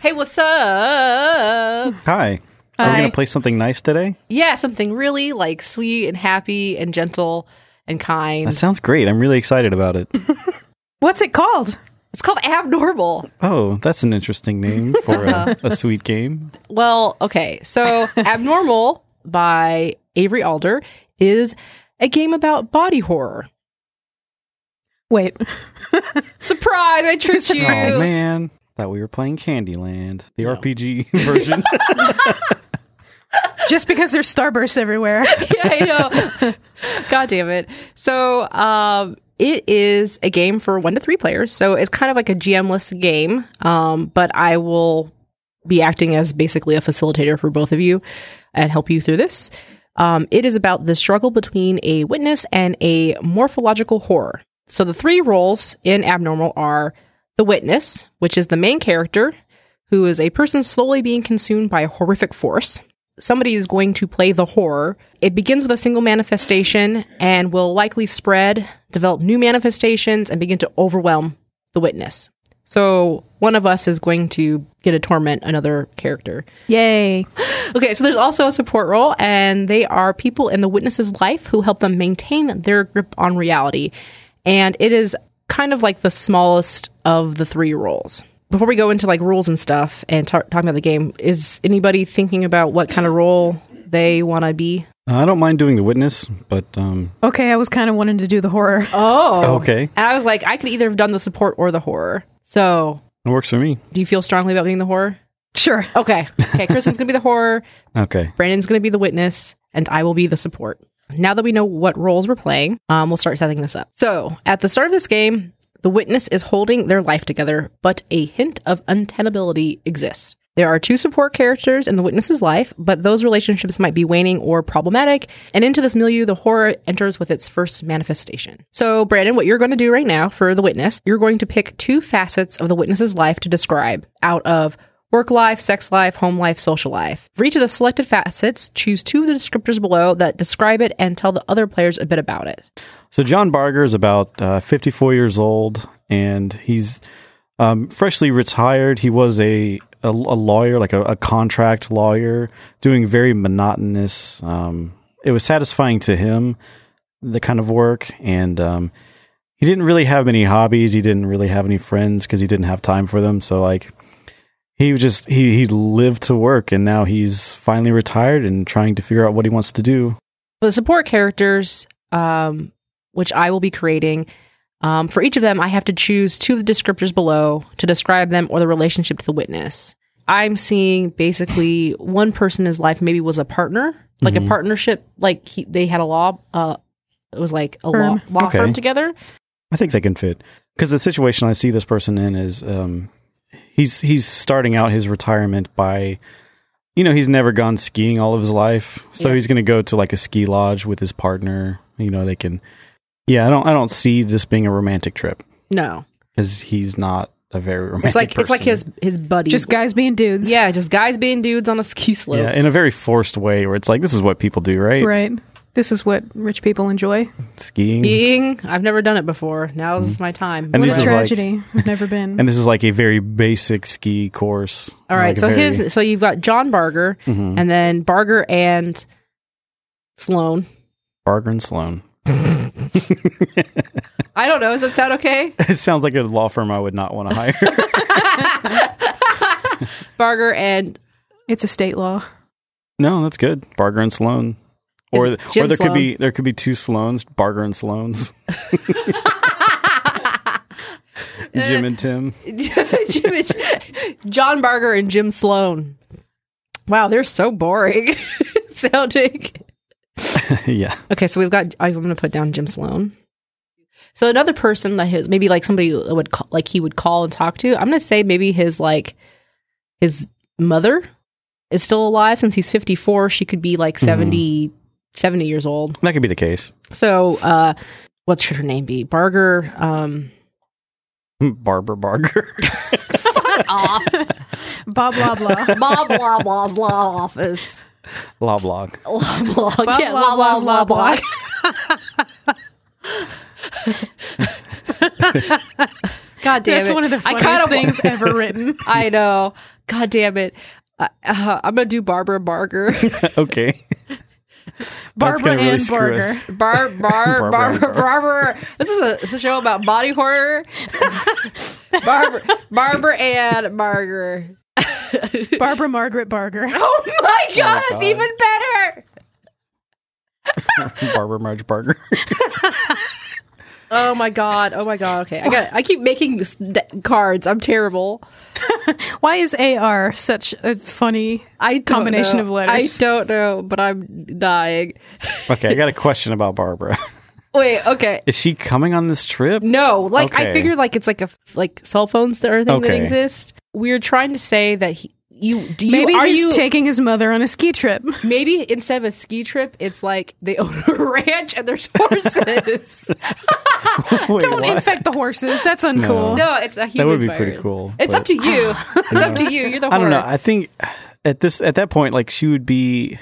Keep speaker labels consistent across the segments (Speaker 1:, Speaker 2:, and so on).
Speaker 1: Hey, what's up?
Speaker 2: Hi. Are we
Speaker 1: Hi.
Speaker 2: going to play something nice today?
Speaker 1: Yeah, something really like sweet and happy and gentle and kind.
Speaker 2: That sounds great. I'm really excited about it.
Speaker 3: What's it called?
Speaker 1: it's called abnormal.
Speaker 2: Oh, that's an interesting name for a, a sweet game.
Speaker 1: Well, okay. So, Abnormal by Avery Alder is a game about body horror.
Speaker 3: Wait.
Speaker 1: Surprise, I tricked you.
Speaker 2: Oh, man. Thought we were playing Candyland, the RPG version.
Speaker 3: Just because there's starbursts everywhere.
Speaker 1: yeah, I know. God damn it. So, um, it is a game for one to three players. So it's kind of like a GM-less game. Um, but I will be acting as basically a facilitator for both of you and help you through this. Um, it is about the struggle between a witness and a morphological horror. So the three roles in Abnormal are the witness, which is the main character, who is a person slowly being consumed by a horrific force. Somebody is going to play the horror. It begins with a single manifestation and will likely spread, develop new manifestations, and begin to overwhelm the witness. So one of us is going to get to torment another character.
Speaker 3: Yay.
Speaker 1: Okay, so there's also a support role, and they are people in the witness's life who help them maintain their grip on reality. And it is kind of like the smallest of the three roles. Before we go into like rules and stuff and ta- talking about the game, is anybody thinking about what kind of role they want to be?
Speaker 2: Uh, I don't mind doing the witness, but um,
Speaker 3: Okay, I was kind of wanting to do the horror.
Speaker 1: Oh,
Speaker 2: okay.
Speaker 1: And I was like, I could either have done the support or the horror. So,
Speaker 2: It works for me.
Speaker 1: do you feel strongly about being the horror?
Speaker 3: Sure.
Speaker 1: Okay, okay. Kristen's gonna be the horror.
Speaker 2: Okay.
Speaker 1: Brandon's going to be the witness, and I will be the support. Now that we know what roles we're playing, um, we'll start setting this up. So, at the start of this game, the witness is holding their life together, but a hint of untenability exists. There are two support characters in the witness's life, but those relationships might be waning or problematic. And into this milieu, the horror enters with its first manifestation. So, Brandon, what you're going to do right now for the witness, you're going to pick two facets of the witness's life to describe out of work life, sex life, home life, social life. For each of the selected facets, choose two of the descriptors below that describe it and tell the other players a bit about it.
Speaker 2: So John Barger is about uh, 54 years old, and he's um, freshly retired. He was a a, a lawyer, like a, a contract lawyer, doing very monotonous. Um, it was satisfying to him, the kind of work, and um, he didn't really have many hobbies. He didn't really have any friends because he didn't have time for them. So like. He was just he he lived to work, and now he's finally retired and trying to figure out what he wants to do.
Speaker 1: For the support characters, um, which I will be creating, um, for each of them, I have to choose two of the descriptors below to describe them or the relationship to the witness. I'm seeing basically one person in his life maybe was a partner, like
Speaker 2: Mm-hmm.
Speaker 1: a partnership, like he, they had a law, uh, it was like a law,
Speaker 3: Firm.
Speaker 1: law
Speaker 2: Okay.
Speaker 1: firm together.
Speaker 2: I think they can fit because the situation I see this person in is um, he's he's starting out his retirement by you know he's never gone skiing all of his life, so
Speaker 1: Yeah.
Speaker 2: he's going to go to like a ski lodge with his partner. You know they can. Yeah, I don't I don't see this being a romantic trip
Speaker 1: No,
Speaker 2: because he's not a very romantic.
Speaker 1: it's like it's like his
Speaker 2: person.
Speaker 1: his buddy,
Speaker 3: Just guys being dudes.
Speaker 1: Yeah, just guys being dudes on a ski slope.
Speaker 2: yeah, in a very forced way where it's like this is what people do, right?
Speaker 3: Right. This is what rich people enjoy.
Speaker 2: Skiing.
Speaker 1: Being, I've never done it before. Now's my time.
Speaker 2: Mm-hmm. And
Speaker 3: What
Speaker 2: these
Speaker 3: a
Speaker 2: are
Speaker 1: Whatever.
Speaker 2: like-
Speaker 3: tragedy. I've never been.
Speaker 2: And this is like a very basic ski course.
Speaker 1: All right,
Speaker 2: Like a
Speaker 1: so
Speaker 2: very-
Speaker 1: his, so you've got John Barger,
Speaker 2: Mhm.
Speaker 1: and then Barger and Sloan.
Speaker 2: Barger and Sloan.
Speaker 1: I don't know. Does that sound okay?
Speaker 2: It sounds like a law firm I would not want to hire.
Speaker 1: Barger and
Speaker 3: it's a state law.
Speaker 2: No, that's good. Barger and Sloan. Or,
Speaker 1: Is it
Speaker 2: or
Speaker 1: Jim
Speaker 2: there could
Speaker 1: Sloan?
Speaker 2: be there could be two Sloans, Barger and Sloans, Jim and Tim.
Speaker 1: Jim and- John Barger and Jim Sloan. Wow, they're so boring sounding.
Speaker 2: yeah,
Speaker 1: Okay, so we've got. I'm going to put down Jim Sloan. So another person that his maybe like somebody that would call, like he would call and talk to. I'm going to say maybe his like his mother is still alive since he's 54. She could be like 70, 70 years old.
Speaker 2: that could be the case.
Speaker 1: So uh, what should her name be? Barger. Um,
Speaker 2: Barbara Barger.
Speaker 1: off.
Speaker 3: Blah, blah, blah.
Speaker 1: blah blah blah's law office.
Speaker 2: Law blog.
Speaker 1: Blah blah. Blah
Speaker 3: blah, blah's law blog.
Speaker 1: God damn
Speaker 3: That's
Speaker 1: it.
Speaker 3: one of the
Speaker 1: I
Speaker 3: funniest
Speaker 1: kinda wa-
Speaker 3: things ever written.
Speaker 1: I know. God damn it. Uh, uh, I'm gonna do Barbara Barger.
Speaker 2: okay. That's
Speaker 3: Barbara
Speaker 2: gonna really
Speaker 3: and
Speaker 2: screw
Speaker 3: Barger.
Speaker 2: us.
Speaker 1: Bar, bar,
Speaker 2: Barbara
Speaker 1: Barbara,
Speaker 2: Barger.
Speaker 1: Barbara. This is a, it's a show about body horror. Barbara, Barbara and Barger.
Speaker 3: Barbara Margaret Barger.
Speaker 1: Oh my god,
Speaker 2: God.
Speaker 1: that's even better.
Speaker 2: Barbara Marge Barger.
Speaker 1: Oh my god. Oh my god. Okay, I got. I keep making s- d- cards. I'm terrible.
Speaker 3: Why is AR such a funny
Speaker 1: I don't
Speaker 3: combination
Speaker 1: know.
Speaker 3: of letters?
Speaker 1: I don't know, but I'm dying.
Speaker 2: okay, I got a question about Barbara.
Speaker 1: Wait. Okay.
Speaker 2: Is she coming on this trip?
Speaker 1: No, like I
Speaker 2: Okay.
Speaker 1: figure like it's like a like cell phones that are a thing that
Speaker 2: Okay.
Speaker 1: exist. We're trying to say that he, you do you
Speaker 3: Maybe
Speaker 1: are
Speaker 3: he's
Speaker 1: you
Speaker 3: taking his mother on a ski trip.
Speaker 1: maybe instead of a ski trip, it's like they own a ranch and there's horses.
Speaker 2: Wait,
Speaker 3: Don't
Speaker 2: what?
Speaker 3: infect the horses. That's uncool.
Speaker 1: no, it's a human.
Speaker 2: would be
Speaker 1: virus.
Speaker 2: pretty cool,
Speaker 1: It's up
Speaker 2: but-
Speaker 1: to you. It's up to you. You're the.
Speaker 2: I don't know.
Speaker 1: horror.
Speaker 2: I think at this at that point, like she would be.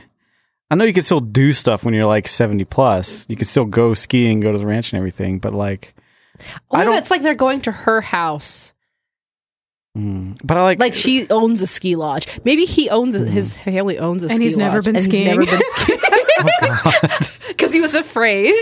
Speaker 2: I know you can still do stuff when you're like seventy plus. You can still go skiing, go to the ranch, and everything. But like,
Speaker 1: What
Speaker 2: I
Speaker 1: if
Speaker 2: don't-
Speaker 1: it's like they're going to her house?
Speaker 2: mm, but I like,
Speaker 1: Like she owns a ski lodge. Maybe he owns
Speaker 2: Hmm.
Speaker 1: a, his family owns a
Speaker 3: And
Speaker 1: ski
Speaker 3: he's never
Speaker 1: lodge,
Speaker 3: been
Speaker 1: and
Speaker 3: skiing.
Speaker 1: He's never been skiing because he was afraid.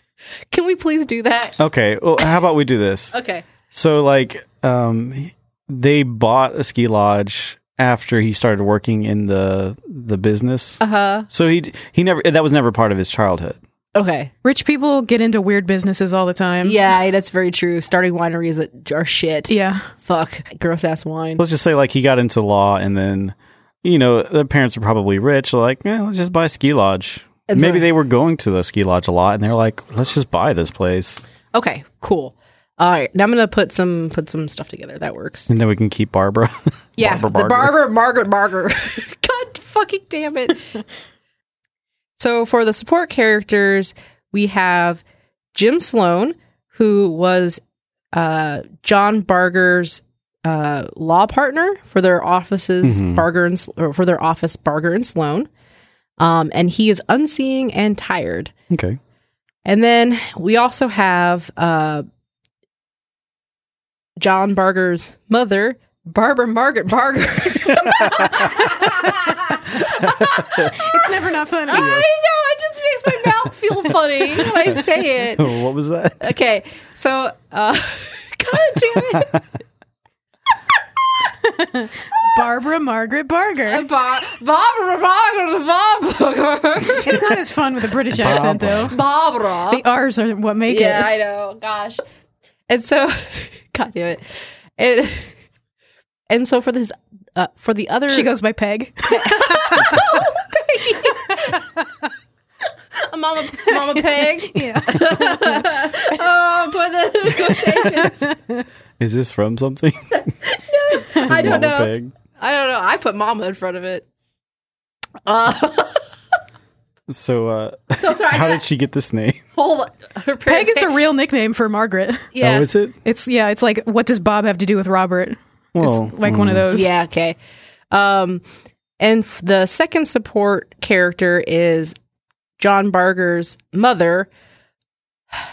Speaker 1: Can we please do that?
Speaker 2: okay. Well, how about we do this?
Speaker 1: Okay.
Speaker 2: So like, um, they bought a ski lodge after he started working in the the business.
Speaker 1: Uh huh.
Speaker 2: So he he never that was never part of his childhood.
Speaker 1: Okay.
Speaker 3: Rich people get into weird businesses all the time.
Speaker 1: Yeah, that's very true. Starting wineries that are shit.
Speaker 3: Yeah.
Speaker 1: Fuck. Gross ass wine.
Speaker 2: Let's just say like he got into law and then you know, the parents were probably rich, like, eh, let's just buy a ski lodge.
Speaker 1: And
Speaker 2: Maybe
Speaker 1: so-
Speaker 2: they were going to the ski lodge a lot and they're like, let's just buy this place
Speaker 1: Okay, cool. All right, now I'm gonna put some put some stuff together. That works.
Speaker 2: and then we can keep Barbara.
Speaker 1: Yeah,
Speaker 2: Barbara
Speaker 1: the
Speaker 2: Barger.
Speaker 1: barber Margaret Barger. God fucking damn it. so for the support characters, we have Jim Sloan, who was uh, John Barger's uh, law partner for their offices
Speaker 2: Mhm.
Speaker 1: Barger and Sl- or for their office Barger and Sloan, um, and he is unseeing and tired.
Speaker 2: okay.
Speaker 1: And then we also have uh, John Barger's mother, Barbara Margaret Barger.
Speaker 3: It's never not funny.
Speaker 1: I know, it just makes my mouth feel funny when I say it.
Speaker 2: Oh, what was that?
Speaker 1: Okay, so, uh, God damn it.
Speaker 3: Barbara Margaret Barger.
Speaker 1: Bar- Barbara Margaret Barger.
Speaker 3: It's not as fun with a British accent, though.
Speaker 1: Barbara.
Speaker 3: The R's are what make
Speaker 1: yeah,
Speaker 3: it.
Speaker 1: I know. Gosh. And so, God damn it. And, and so for this, uh, for the other.
Speaker 3: She goes by Peg.
Speaker 1: a mama, mama pig.
Speaker 3: Yeah.
Speaker 1: Oh, put that in quotations.
Speaker 2: Is this from something?
Speaker 1: I don't
Speaker 2: Mama
Speaker 1: know.
Speaker 2: Pig?
Speaker 1: I don't know. I put mama in front of it. Uh,
Speaker 2: So uh
Speaker 1: so sorry.
Speaker 2: how did she get this name?
Speaker 1: hold her
Speaker 3: Peg
Speaker 1: parents?
Speaker 3: is a real nickname for Margaret.
Speaker 1: yeah.
Speaker 2: Oh, is it?
Speaker 3: It's yeah, it's like what does Bob have to do with Robert?
Speaker 2: Well,
Speaker 3: it's like one of those.
Speaker 1: yeah. Okay. Um, and f- the second support character is John Barger's mother,
Speaker 2: oh,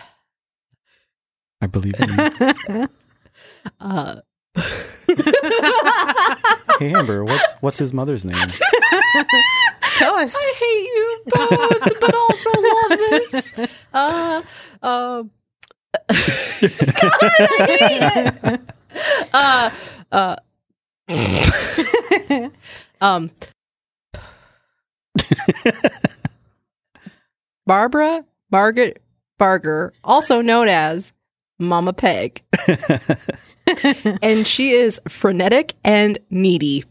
Speaker 2: I believe in you.
Speaker 1: uh,
Speaker 2: Hey Amber, what's what's his mother's name?
Speaker 3: Tell us.
Speaker 1: I hate you both, but also love this. Uh, um, God, I hate it. Uh, uh, um, Barbara Margaret Barger, also known as Mama Peg, and she is frenetic and needy.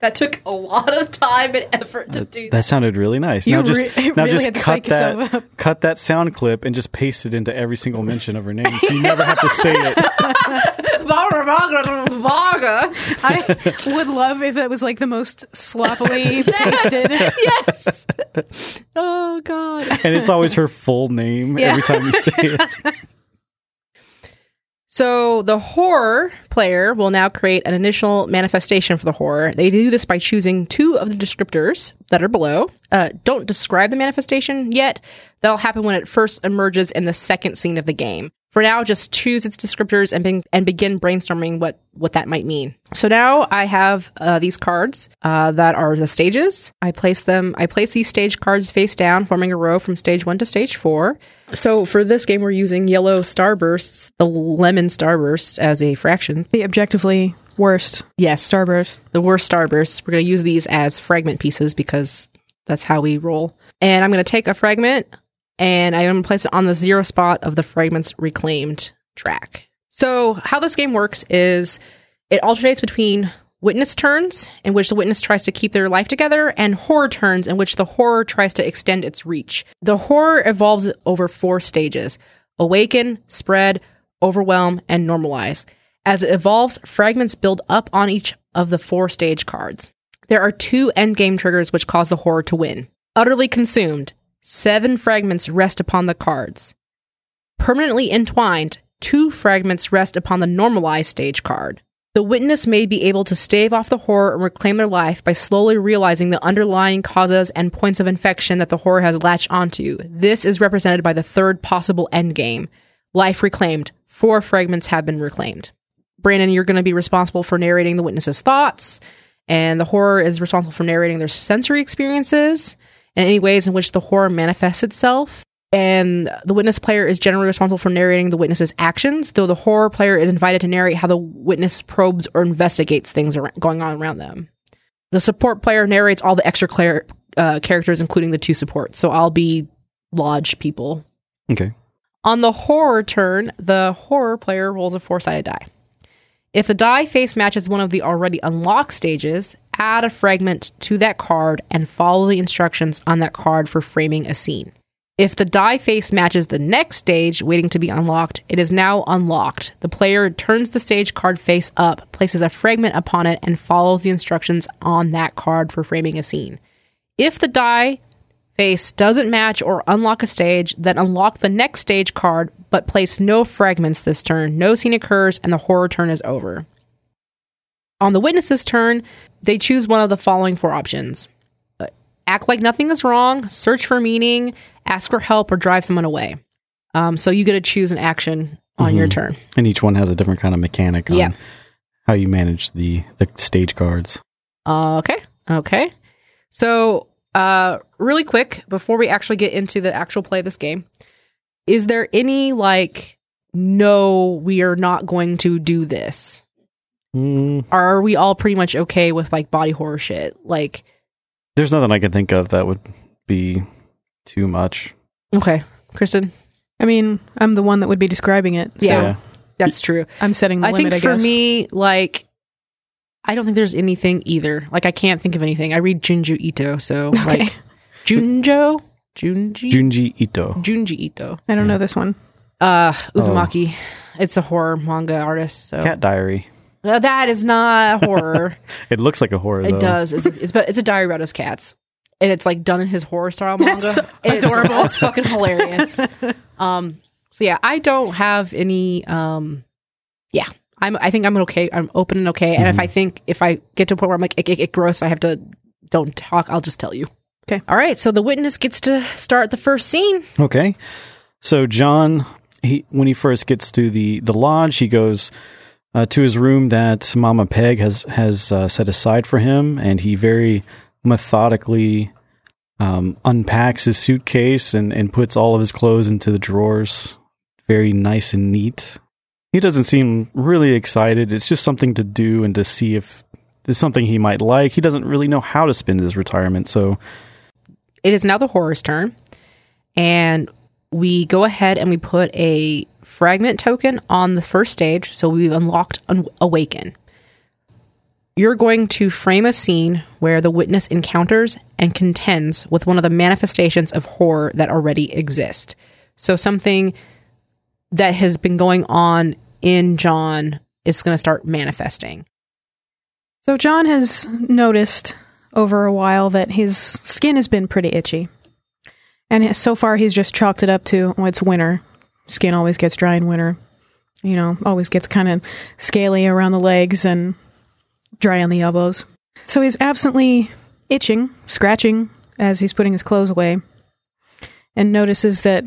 Speaker 1: That took a lot of time and effort to do
Speaker 2: That sounded really nice.
Speaker 3: You
Speaker 2: now just
Speaker 3: re- you
Speaker 2: now
Speaker 3: really
Speaker 2: just
Speaker 3: had to
Speaker 2: cut
Speaker 3: psych yourself
Speaker 2: that
Speaker 3: up.
Speaker 2: cut that sound clip and just paste it into every single mention of her name, so you never have to say it.
Speaker 1: Varga, varga, varga.
Speaker 3: I would love if it was like the most sloppily pasted.
Speaker 1: Yes. Oh God.
Speaker 2: And it's always her full name every time you say it.
Speaker 1: So the horror player will now create an initial manifestation for the horror. They do this by choosing two of the descriptors that are below. Uh, don't describe the manifestation yet. That'll happen when it first emerges in the second scene of the game. For now, just choose its descriptors and, be- and begin brainstorming what, what that might mean. So now I have uh, these cards uh, that are the stages. I place them. I place these stage cards face down, forming a row from stage one to stage four. So for this game, we're using yellow starbursts, the lemon starburst as a fraction.
Speaker 3: The objectively worst
Speaker 1: Yes,
Speaker 3: starburst.
Speaker 1: the worst starbursts. We're going to use these as fragment pieces because that's how we roll. And I'm going to take a fragment and I'm going to place it on the zero spot of the fragments reclaimed track. So, how this game works is it alternates between witness turns, in which the witness tries to keep their life together, and horror turns, in which the horror tries to extend its reach. The horror evolves over four stages awaken, spread, overwhelm, and normalize. As it evolves, fragments build up on each of the four stage cards. There are two endgame triggers which cause the horror to win. Utterly consumed, seven fragments rest upon the cards. Permanently entwined, two fragments rest upon the normalized stage card. The witness may be able to stave off the horror and reclaim their life by slowly realizing the underlying causes and points of infection that the horror has latched onto. This is represented by the third possible endgame life reclaimed. Four fragments have been reclaimed. Brandon, you're going to be responsible for narrating the witness's thoughts, and the horror is responsible for narrating their sensory experiences and any ways in which the horror manifests itself. And the witness player is generally responsible for narrating the witness's actions, though the horror player is invited to narrate how the witness probes or investigates things ar- going on around them. The support player narrates all the extra clar- uh, characters, including the two supports. So I'll be lodge people
Speaker 2: Okay.
Speaker 1: on the horror turn, the horror player rolls a four sided die. If the die face matches one of the already unlocked stages, add a fragment to that card and follow the instructions on that card for framing a scene. If the die face matches the next stage waiting to be unlocked, it is now unlocked. The player turns the stage card face up, places a fragment upon it, and follows the instructions on that card for framing a scene. If the die face doesn't match or unlock a stage, then unlock the next stage card, but place no fragments this turn. No scene occurs, and the horror turn is over. On the witness's turn, they choose one of the following four options Uh, act like nothing is wrong, search for meaning, ask for help, or drive someone away. Um, so you get to choose an action on your turn.
Speaker 2: And each one has a different kind of mechanic on
Speaker 1: Yeah.
Speaker 2: how you manage the the stage cards.
Speaker 1: Uh, okay. Okay. So, uh, really quick before we actually get into the actual play of this game, is there any like, no, we are not going to do this?
Speaker 2: Mm,
Speaker 1: Are we all pretty much okay with like body horror shit? Like,
Speaker 2: there's nothing I can think of that would be too much.
Speaker 1: okay, Kristen,
Speaker 3: I mean, I'm the one that would be describing it. So
Speaker 1: Yeah. that's true.
Speaker 3: I'm setting the
Speaker 1: I
Speaker 3: limit,
Speaker 1: think for
Speaker 3: I guess.
Speaker 1: me, like, I don't think there's anything either. Like, I can't think of anything. I read Junju Ito, so
Speaker 3: Okay.
Speaker 1: like Junjo, Junji,
Speaker 2: Junji Ito.
Speaker 1: Junji Ito.
Speaker 3: I don't know this one.
Speaker 1: uh
Speaker 3: Oh.
Speaker 1: Uzumaki. It's a horror manga artist. So
Speaker 2: Cat Diary.
Speaker 1: No, that is not horror.
Speaker 2: It looks like a horror.
Speaker 1: it
Speaker 2: though.
Speaker 1: does. It's it's but it's a diary about his cats. And it's like done in his horror style manga.
Speaker 3: so
Speaker 1: it's
Speaker 3: adorable.
Speaker 1: It's fucking hilarious. um so yeah, I don't have any um yeah. I'm I think I'm okay. I'm open and okay. And
Speaker 3: Mm-hmm.
Speaker 1: if I think if I get to a point where I'm like it, it, it gross, I have to don't talk, I'll just tell you.
Speaker 3: 'Kay.
Speaker 1: All right. So the witness gets to start the first scene.
Speaker 2: Okay. So John, he when he first gets to the the lodge, he goes uh, to his room that Mama Peg has has uh, set aside for him, and he very methodically um, unpacks his suitcase and and puts all of his clothes into the drawers, very nice and neat. He doesn't seem really excited. It's just something to do and to see if it's something he might like. He doesn't really know how to spend his retirement, so
Speaker 1: it is now the horror's turn. And we go ahead and we put a fragment token on the first stage. So we've unlocked un- Awaken. You're going to frame a scene where the witness encounters and contends with one of the manifestations of horror that already exist. So something that has been going on in John is going to start manifesting.
Speaker 3: So John has noticed over a while that his skin has been pretty itchy. And so far he's just chalked it up to, well, it's winter. Skin always gets dry in winter. You know, always gets kind of scaly around the legs and dry on the elbows. So he's absently itching, scratching as he's putting his clothes away and notices that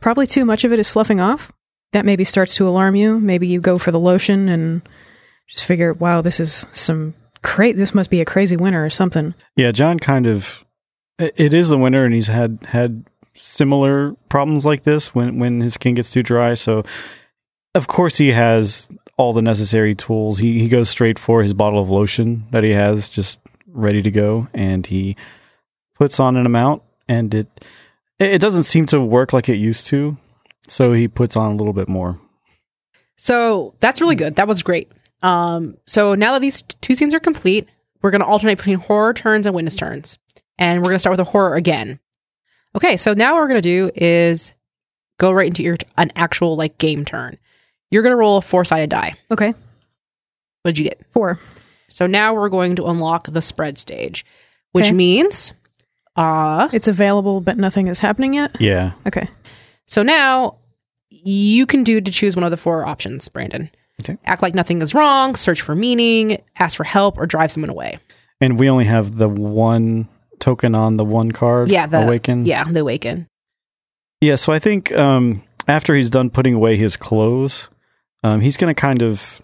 Speaker 3: probably too much of it is sloughing off. that maybe starts to alarm you. Maybe you go for the lotion and just figure, wow, this is some great. This must be a crazy winter or something.
Speaker 2: Yeah, John kind of it it is the winter, and he's had had similar problems like this when when his skin gets too dry. So, of course, he has all the necessary tools. He he goes straight for his bottle of lotion that he has just ready to go, and he puts on an amount, and it it doesn't seem to work like it used to. So he puts on a little bit more.
Speaker 1: So that's really good. That was great. Um, so now that these t- two scenes are complete, we're going to alternate between horror turns and witness turns. And we're going to start with a horror again. Okay, so now what we're going to do is go right into your an actual like game turn. You're going to roll a four-sided die.
Speaker 3: Okay,
Speaker 1: What'd you get?
Speaker 3: four.
Speaker 1: So now we're going to unlock the spread stage, which
Speaker 3: Okay.
Speaker 1: means uh
Speaker 3: It's available, but nothing is happening yet.
Speaker 2: Yeah,
Speaker 3: Okay,
Speaker 1: so now you can do to choose one of the four options, Brandon.
Speaker 2: Okay.
Speaker 1: Act like nothing is wrong, search for meaning, ask for help, or drive someone away.
Speaker 2: and we only have the one token on the one card.
Speaker 1: Yeah, the
Speaker 2: awaken.
Speaker 1: Yeah, the awaken.
Speaker 2: Yeah, so I think um, after he's done putting away his clothes, um, he's going to kind of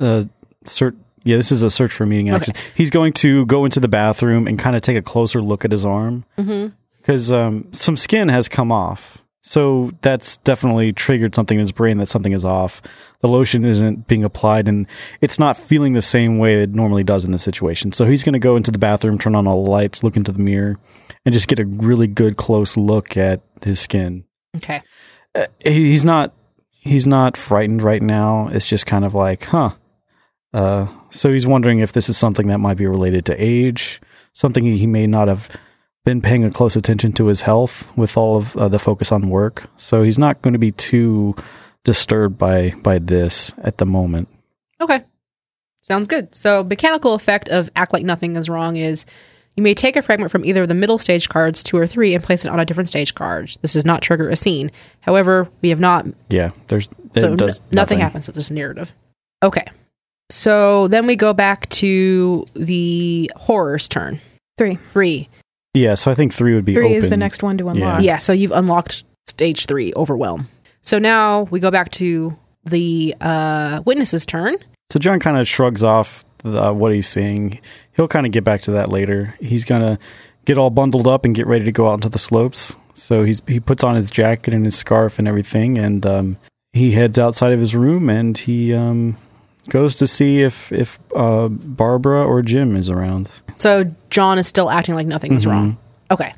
Speaker 2: uh, search. Yeah, this is a search for meaning action. He's going to go into the bathroom and kind of take a closer look at his arm
Speaker 1: Mm-hmm.
Speaker 2: because um, some skin has come off. So that's definitely triggered something in his brain that something is off. The lotion isn't being applied and it's not feeling the same way it normally does in this situation. So he's going to go into the bathroom, turn on all the lights, look into the mirror, and just get a really good close look at his skin
Speaker 1: Okay.
Speaker 2: uh, he- he's not he's not frightened right now. It's just kind of like, huh. Uh, so he's wondering if this is something that might be related to age, something he may not have been paying a close attention to his health with all of uh, the focus on work. So he's not going to be too disturbed by by this at the moment.
Speaker 1: Okay. Sounds good. So, mechanical effect of act like nothing is wrong is you may take a fragment from either of the middle stage cards, two or three, and place it on a different stage card. This does not trigger a scene. However, we have not
Speaker 2: Yeah, there's it
Speaker 1: so n-
Speaker 2: does
Speaker 1: nothing, happens with this narrative. Okay. So then we go back to the horror's turn.
Speaker 3: Three.
Speaker 1: Three.
Speaker 2: Yeah, so I think three would be
Speaker 3: three is the
Speaker 2: open.
Speaker 3: next one to unlock.
Speaker 1: Yeah, so you've unlocked stage three, overwhelm. So now we go back to the uh, witness's turn.
Speaker 2: So John kind of shrugs off the, what he's seeing. He'll kind of get back to that later. He's gonna get all bundled up and get ready to go out into the slopes. So he's he puts on his jacket and his scarf and everything, and um, he heads outside of his room and he um, goes to see if if uh, Barbara or Jim is around.
Speaker 1: So John is still acting like nothing
Speaker 2: Mm-hmm.
Speaker 1: is wrong. Okay.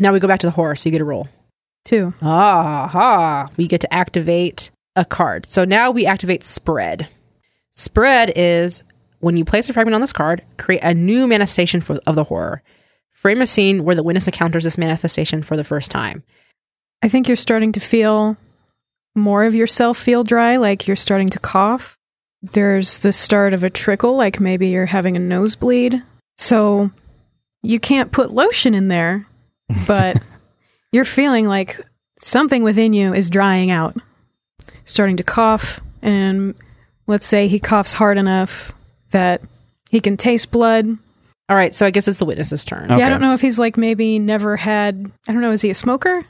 Speaker 1: Now we go back to the horror, so you get a roll.
Speaker 3: Two.
Speaker 1: Aha. We get to activate a card. So now we activate spread. Spread is when you place a fragment on this card, create a new manifestation for, of the horror. Frame a scene where the witness encounters this manifestation for the first time.
Speaker 3: I think you're starting to feel more of yourself feel dry, like you're starting to cough. There's the start of a trickle, like maybe you're having a nosebleed. So you can't put lotion in there, but you're feeling like something within you is drying out, starting to cough. And let's say he coughs hard enough that he can taste blood.
Speaker 1: All right, so I guess it's the witness's turn.
Speaker 2: Okay.
Speaker 3: Yeah, I don't know if he's like maybe never had, I don't know, is he a smoker?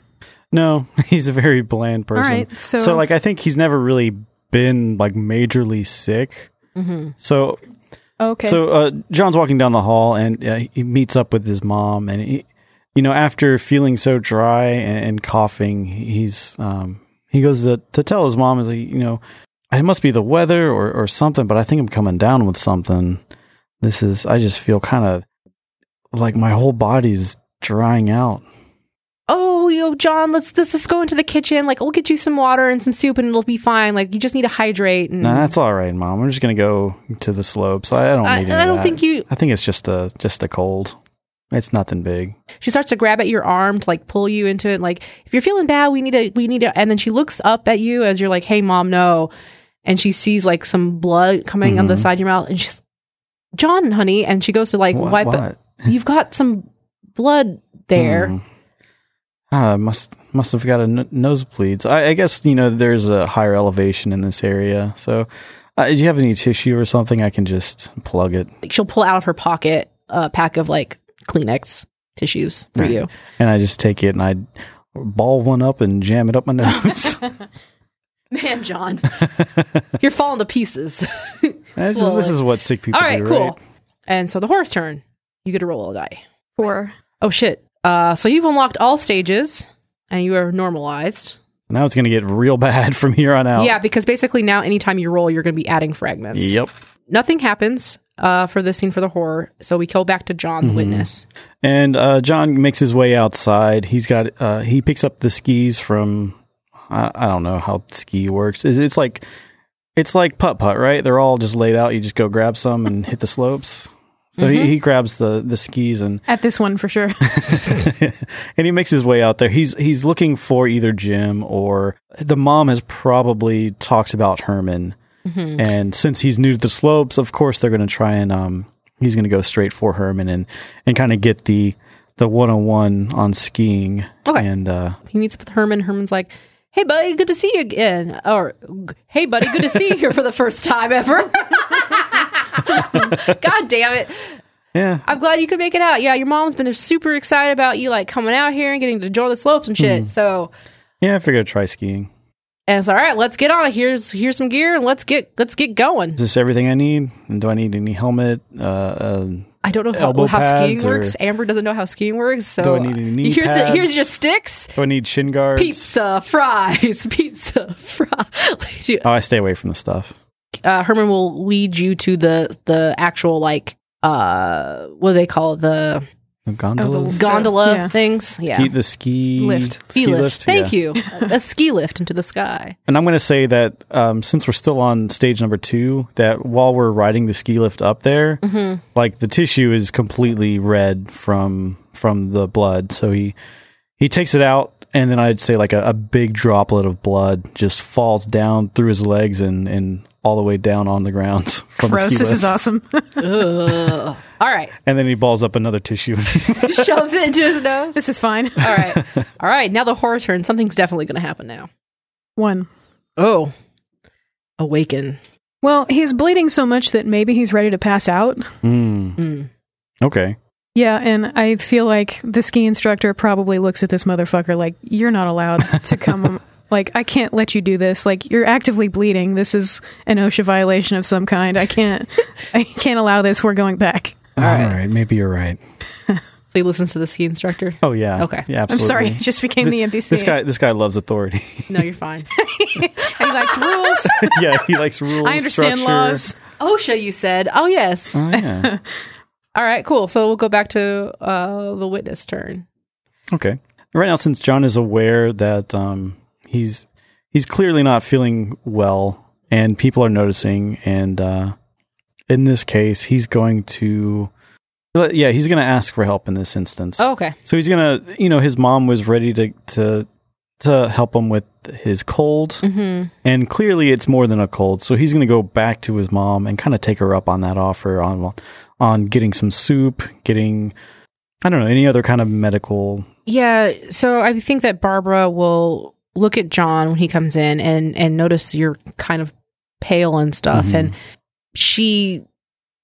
Speaker 2: No, he's a very bland person.
Speaker 3: right, so-
Speaker 2: like I think he's never really been like majorly sick.
Speaker 3: Mm-hmm.
Speaker 1: Mhm.
Speaker 2: So
Speaker 3: Okay.
Speaker 2: So uh, John's walking down the hall and uh, he meets up with his mom, and he, you know, after feeling so dry and, and coughing, he's um, he goes to, to tell his mom, is like, you know, it must be the weather or or something, but I think I'm coming down with something. This is I just feel kind of like my whole body's drying out.
Speaker 1: Oh, yo, John, let's, let's just go into the kitchen. Like, we'll get you some water and some soup, and it'll be fine. Like, you just need to hydrate. And
Speaker 2: No, that's all right, mom. We're just gonna go to the slopes. I don't. Need
Speaker 1: I,
Speaker 2: any
Speaker 1: I
Speaker 2: of
Speaker 1: don't
Speaker 2: that.
Speaker 1: think you.
Speaker 2: I think it's just a just a cold. It's nothing big.
Speaker 1: she starts to grab at your arm to like pull you into it like if you're feeling bad we need to we need to and then she looks up at you as you're like hey mom no and she sees like some blood coming on the
Speaker 2: Mhm.
Speaker 1: side of your mouth and she's john honey and she goes to like
Speaker 2: Wha-
Speaker 1: wipe
Speaker 2: what?
Speaker 1: it you've got some blood there
Speaker 2: Hmm. Ah, must must have got a n- nosebleeds. I, I guess you know there's a higher elevation in this area. So, uh, do you have any tissue or something? I can just plug it,
Speaker 1: she'll pull out of her pocket a pack of like kleenex tissues for
Speaker 2: Right.
Speaker 1: you
Speaker 2: and I just take it and I ball one up and jam it up my nose.
Speaker 1: Man, John, you're falling to pieces.
Speaker 2: This is,
Speaker 1: Slowly.
Speaker 2: this is what sick people
Speaker 1: All right,
Speaker 2: do,
Speaker 1: cool.
Speaker 2: right?
Speaker 1: And so the horse turn. You get to roll a die.
Speaker 3: Four.
Speaker 1: Oh shit. Uh, so you've unlocked all stages and you are normalized.
Speaker 2: Now it's going to get real bad from here on out.
Speaker 1: Yeah, because basically now anytime you roll, you're going to be adding fragments.
Speaker 2: Oh. Yep.
Speaker 1: Nothing happens uh, for this scene for the horror. So we go back to John, the witness.
Speaker 2: And uh, John makes his way outside. He's got uh, he picks up the skis from I, I don't know how ski works. It's, it's like it's like putt putt, right? They're all just laid out. You just go grab some and hit the slopes. So he, he grabs the the skis and
Speaker 3: At this one for sure.
Speaker 2: and he makes his way out there. He's he's looking for either Jim or the mom has probably talked about Herman.
Speaker 1: Mm-hmm.
Speaker 2: And since he's new to the slopes, of course they're going to try and um he's going to go straight for Herman and and kind of get the the 101 on skiing.
Speaker 1: Okay.
Speaker 2: And uh
Speaker 1: He meets with Herman. Herman's like, hey, buddy, good to see you again. Or, hey, buddy, good to see you here for the first time ever. God damn it.
Speaker 2: yeah.
Speaker 1: I'm glad you could make it out. Yeah, your mom's been super excited about you, like, coming out here and getting to enjoy the slopes and shit. So
Speaker 2: Yeah, I figured I'd try skiing.
Speaker 1: and it's all right let's get on it here's here's some gear and let's get let's get going
Speaker 2: Is this everything I need? And do I need any helmet? Uh, uh
Speaker 1: i don't know how,
Speaker 2: Elbow
Speaker 1: how skiing
Speaker 2: pads or-
Speaker 1: works amber doesn't know how skiing works so
Speaker 2: Do I need any knee
Speaker 1: here's The, here's
Speaker 2: pads?
Speaker 1: your sticks
Speaker 2: do I need shin guards?
Speaker 1: pizza fries pizza fries
Speaker 2: Oh, I stay away from the stuff.
Speaker 1: uh, herman will lead you to the the actual like uh what do they call it Oh, the
Speaker 2: The gondolas.
Speaker 1: gondola
Speaker 3: Yeah.
Speaker 1: things yeah
Speaker 2: Ski- the ski
Speaker 3: Lift.
Speaker 1: ski lift, thank
Speaker 2: you.
Speaker 1: you a ski lift into the sky
Speaker 2: And I'm going to say that um, since we're still on stage number two, that while we're riding the ski lift up there, like the tissue is completely red from from the blood. So he he takes it out, and then I'd say like a, a big droplet of blood just falls down through his legs and and all the way down on the ground from the
Speaker 3: Gross.
Speaker 2: ski
Speaker 3: This is
Speaker 2: lift.
Speaker 3: awesome.
Speaker 1: Ugh. all right
Speaker 2: And then he balls up another tissue.
Speaker 1: shoves it into his nose
Speaker 3: this is fine.
Speaker 1: all right all right now the horror turn something's definitely gonna happen now
Speaker 3: One.
Speaker 1: Oh, awaken.
Speaker 3: Well, he's bleeding so much that maybe he's ready to pass out.
Speaker 2: Mm,
Speaker 1: Mm.
Speaker 2: okay,
Speaker 3: Yeah, and I feel like the ski instructor probably looks at this motherfucker like, you're not allowed to come. like, I can't let you do this. Like, you're actively bleeding. This is an OSHA violation of some kind. I can't, I can't allow this. We're going back.
Speaker 2: all right, maybe you're right.
Speaker 1: So he listens to the ski instructor.
Speaker 2: Oh yeah,
Speaker 1: Okay.
Speaker 2: yeah,
Speaker 3: I'm
Speaker 2: absolutely.
Speaker 3: sorry. It just became the NPC.
Speaker 2: This guy, this guy loves authority.
Speaker 1: No, you're fine.
Speaker 3: he likes rules.
Speaker 2: yeah, he likes rules.
Speaker 3: I understand
Speaker 2: structure.
Speaker 3: laws.
Speaker 1: OSHA, you said. Oh, yes.
Speaker 2: Oh, yeah.
Speaker 1: All right, cool. So we'll go back to uh, the witness turn.
Speaker 2: Okay. Right now, since John is aware that um, he's he's clearly not feeling well, and people are noticing, and uh, in this case, he's going to, but, yeah, he's going to ask for help in this instance.
Speaker 1: Oh, okay.
Speaker 2: So he's gonna, you know, his mom was ready to to to help him with his cold,
Speaker 1: Mm-hmm.
Speaker 2: and clearly it's more than a cold. So he's gonna go back to his mom and kind of take her up on that offer on on getting some soup, getting I don't know any other kind of medical.
Speaker 1: Yeah. So I think that Barbara will look at John when he comes in and, and notice you're kind of pale and stuff.
Speaker 2: Mhm.
Speaker 1: And she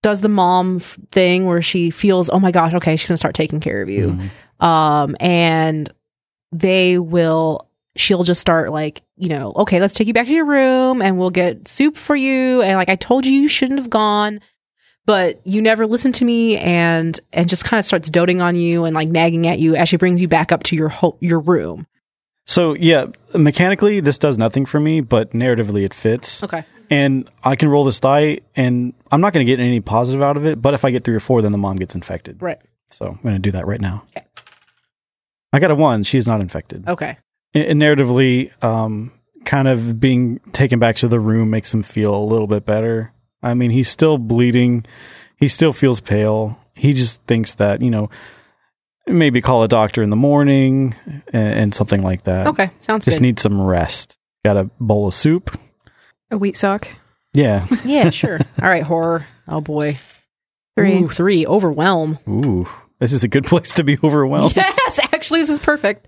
Speaker 1: does the mom f- thing where she feels, oh my gosh, okay, she's going to start taking care of you.
Speaker 2: Mhm.
Speaker 1: um and they will she'll just start like you know okay let's take you back to your room and we'll get soup for you and like i told you you shouldn't have gone but you never listen to me and and just kind of starts doting on you and like nagging at you as she brings you back up to your ho- your room
Speaker 2: So yeah, mechanically this does nothing for me, but narratively it fits.
Speaker 1: okay
Speaker 2: And I can roll this die, and I'm not going to get any positive out of it. But if I get three or four, then the mom gets infected.
Speaker 1: right
Speaker 2: So I'm going to do that right now.
Speaker 1: Okay. Oh,
Speaker 2: I got a one. She's not infected.
Speaker 1: okay
Speaker 2: I- and narratively, um, kind of being taken back to the room makes him feel a little bit better. I mean, he's still bleeding. He still feels pale. He just thinks that, you know, maybe call a doctor in the morning and, and something like that.
Speaker 1: okay sounds
Speaker 2: Just
Speaker 1: good
Speaker 2: need some rest. Got a bowl of soup.
Speaker 3: A wheat sock.
Speaker 2: Yeah.
Speaker 1: yeah sure all right horror oh boy
Speaker 3: Three.
Speaker 1: Ooh, three overwhelm
Speaker 2: Ooh, this is a good place to be overwhelmed.
Speaker 1: Yes, actually, this is perfect.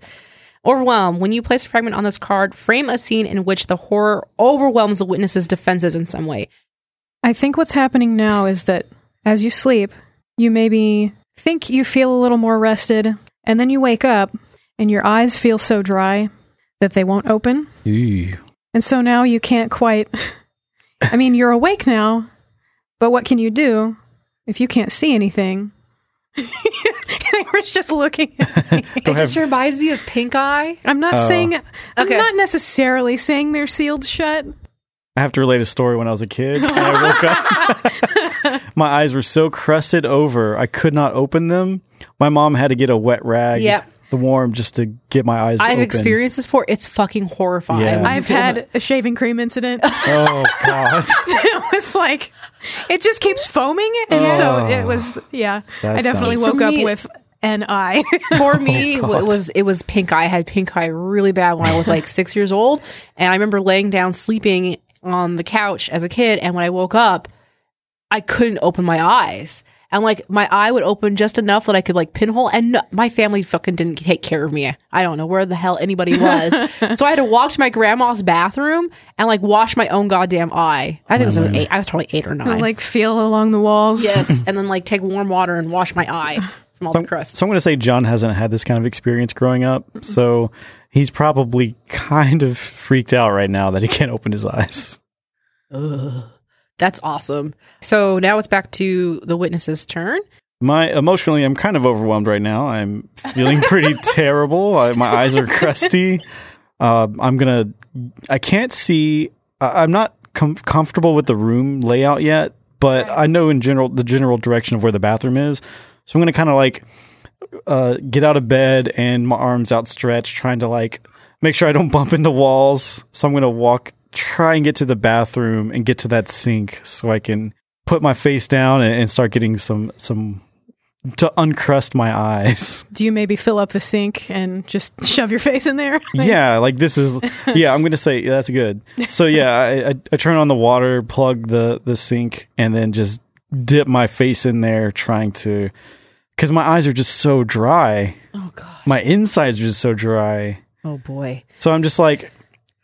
Speaker 1: Overwhelm. When you place a fragment on this card, frame a scene in which the horror overwhelms the witness's defenses in some way.
Speaker 3: I think what's happening now is that as you sleep, you maybe think you feel a little more rested, and then you wake up and your eyes feel so dry that they won't open.
Speaker 2: Ooh.
Speaker 3: And so now you can't quite. I mean, you're awake now, but what can you do if you can't see anything? Amber's just looking. At me.
Speaker 1: It just reminds me of Pink Eye.
Speaker 3: I'm not saying. I'm
Speaker 1: Okay.
Speaker 3: not necessarily saying they're sealed shut.
Speaker 2: I have to relate a story when I was a kid. When I woke up. My eyes were so crusted over, I could not open them. My mom had to get a wet rag,
Speaker 1: Yep.
Speaker 2: the warm, just to get my eyes
Speaker 1: I've
Speaker 2: open.
Speaker 1: experienced this before. It's fucking horrifying.
Speaker 2: Yeah.
Speaker 3: I've had a shaving cream incident.
Speaker 2: Oh, God.
Speaker 3: it was like it just keeps foaming, and so it was. Yeah,
Speaker 2: That
Speaker 3: I definitely
Speaker 2: sounds-
Speaker 3: woke up
Speaker 1: Me-
Speaker 3: with an eye.
Speaker 1: For me, it was it was pink eye. I had pink eye really bad when I was like six years old, and I remember laying down sleeping on the couch as a kid. And when I woke up, I couldn't open my eyes, and like my eye would open just enough that I could like pinhole. And no, my family fucking didn't take care of me. I don't know where the hell anybody was, so I had to walk to my grandma's bathroom and like wash my own goddamn eye. I think it was an eight. I was probably eight or nine.
Speaker 3: like feel along the walls.
Speaker 1: yes, and then like take warm water and wash my eye from all the crust.
Speaker 2: So I'm going to say John hasn't had this kind of experience growing up. So he's probably kind of freaked out right now that he can't open his eyes.
Speaker 1: That's awesome. So now it's back to the witness's turn.
Speaker 2: My emotionally, I'm kind of overwhelmed right now. I'm feeling pretty terrible. I, my eyes are crusty. Uh, I'm gonna. I can't see. I, I'm not com- comfortable with the room layout yet, but I know in general the general direction of where the bathroom is. So I'm gonna kind of like uh, get out of bed and my arms outstretched, trying to like make sure I don't bump into walls. So I'm gonna walk, try and get to the bathroom and get to that sink so I can put my face down and, and start getting some some to uncrust my eyes.
Speaker 3: Do you maybe fill up the sink and just shove your face in there?
Speaker 2: yeah, like this is yeah. I'm gonna say yeah, that's good. So yeah, I, I I turn on the water, plug the the sink, and then just dip my face in there, trying to because my eyes are just so dry.
Speaker 1: Oh god.
Speaker 2: My insides are just so dry.
Speaker 1: Oh boy.
Speaker 2: So I'm just like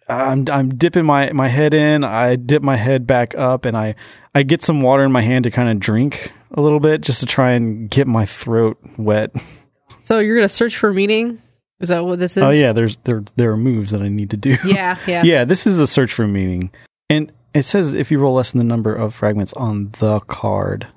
Speaker 2: I'm I'm dipping my my head in. I dip my head back up and I I get some water in my hand to kind of drink a little bit just to try and get my throat wet.
Speaker 1: So you're gonna search for meaning? Is that what this is?
Speaker 2: Oh yeah, there's there there are moves that I need to do.
Speaker 1: Yeah, yeah.
Speaker 2: yeah, this is a search for meaning. And it says if you roll less than the number of fragments on the card.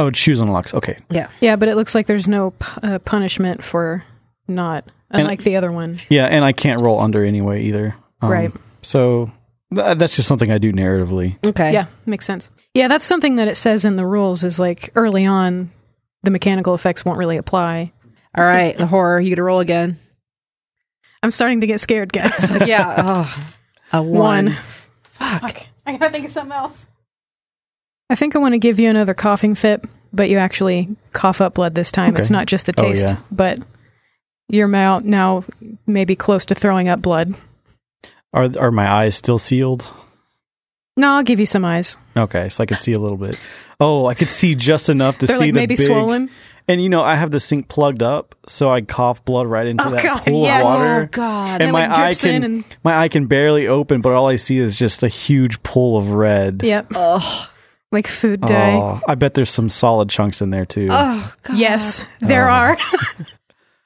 Speaker 2: Oh, choose unlocks. Okay.
Speaker 3: Yeah, but it looks like there's no p- uh, punishment for not,
Speaker 2: And-
Speaker 3: unlike the other one.
Speaker 2: Yeah, and I can't roll under anyway either. Um,
Speaker 3: Right.
Speaker 2: So th- that's just something I do narratively.
Speaker 1: Okay.
Speaker 3: Yeah, makes sense. Yeah, that's something that it says in the rules is like early on, the mechanical effects won't really apply.
Speaker 1: All right. The horror. You get to roll again.
Speaker 3: I'm starting to get scared, guys.
Speaker 1: yeah. Oh, a one.
Speaker 3: one.
Speaker 1: Fuck.
Speaker 3: I gotta think of something else. I think I want to give you another coughing fit, but you actually cough up blood this time. It's
Speaker 2: Okay.
Speaker 3: not just the
Speaker 2: Oh,
Speaker 3: taste,
Speaker 2: yeah.
Speaker 3: but you're mou- now maybe close to throwing up blood.
Speaker 2: Are are my eyes still sealed?
Speaker 3: No, I'll give you some eyes.
Speaker 2: Okay, so I could see a little bit. Oh, I could see just enough to
Speaker 3: They're
Speaker 2: see
Speaker 3: like
Speaker 2: the
Speaker 3: maybe
Speaker 2: big,
Speaker 3: swollen.
Speaker 2: And you know, I have the sink plugged up, so I cough blood right into
Speaker 3: Oh,
Speaker 2: that
Speaker 3: God,
Speaker 2: pool
Speaker 3: yes.
Speaker 2: of water.
Speaker 1: Oh god.
Speaker 2: And
Speaker 3: it,
Speaker 2: my
Speaker 3: like,
Speaker 2: eye
Speaker 3: drips in
Speaker 2: can
Speaker 3: and-
Speaker 2: my eye can barely open, but all I see is just a huge pool of red.
Speaker 3: Yep.
Speaker 1: Ugh.
Speaker 3: Like food dye.
Speaker 2: Oh, I bet there's some solid chunks in there too.
Speaker 1: Oh god.
Speaker 3: Yes, there
Speaker 2: Oh.
Speaker 3: are.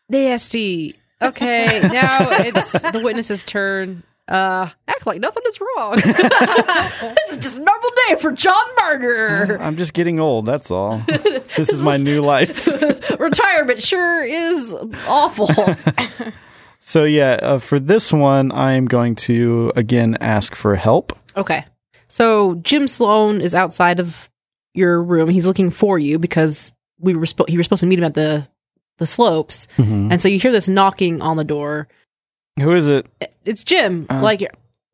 Speaker 1: Nasty. Okay. Now it's the witness's turn. Uh, act like nothing is wrong. this is just a normal day for John Murder.
Speaker 2: I'm just getting old, that's all. this is my new life.
Speaker 1: Retirement sure is awful.
Speaker 2: So yeah, uh, for this one, I am going to again ask for help.
Speaker 1: Okay. So Jim Sloan is outside of your room. He's looking for you because we were spo- he was supposed to meet him at the the slopes.
Speaker 2: Mm-hmm.
Speaker 1: And so you hear this knocking on the door.
Speaker 2: Who is it?
Speaker 1: It's Jim. like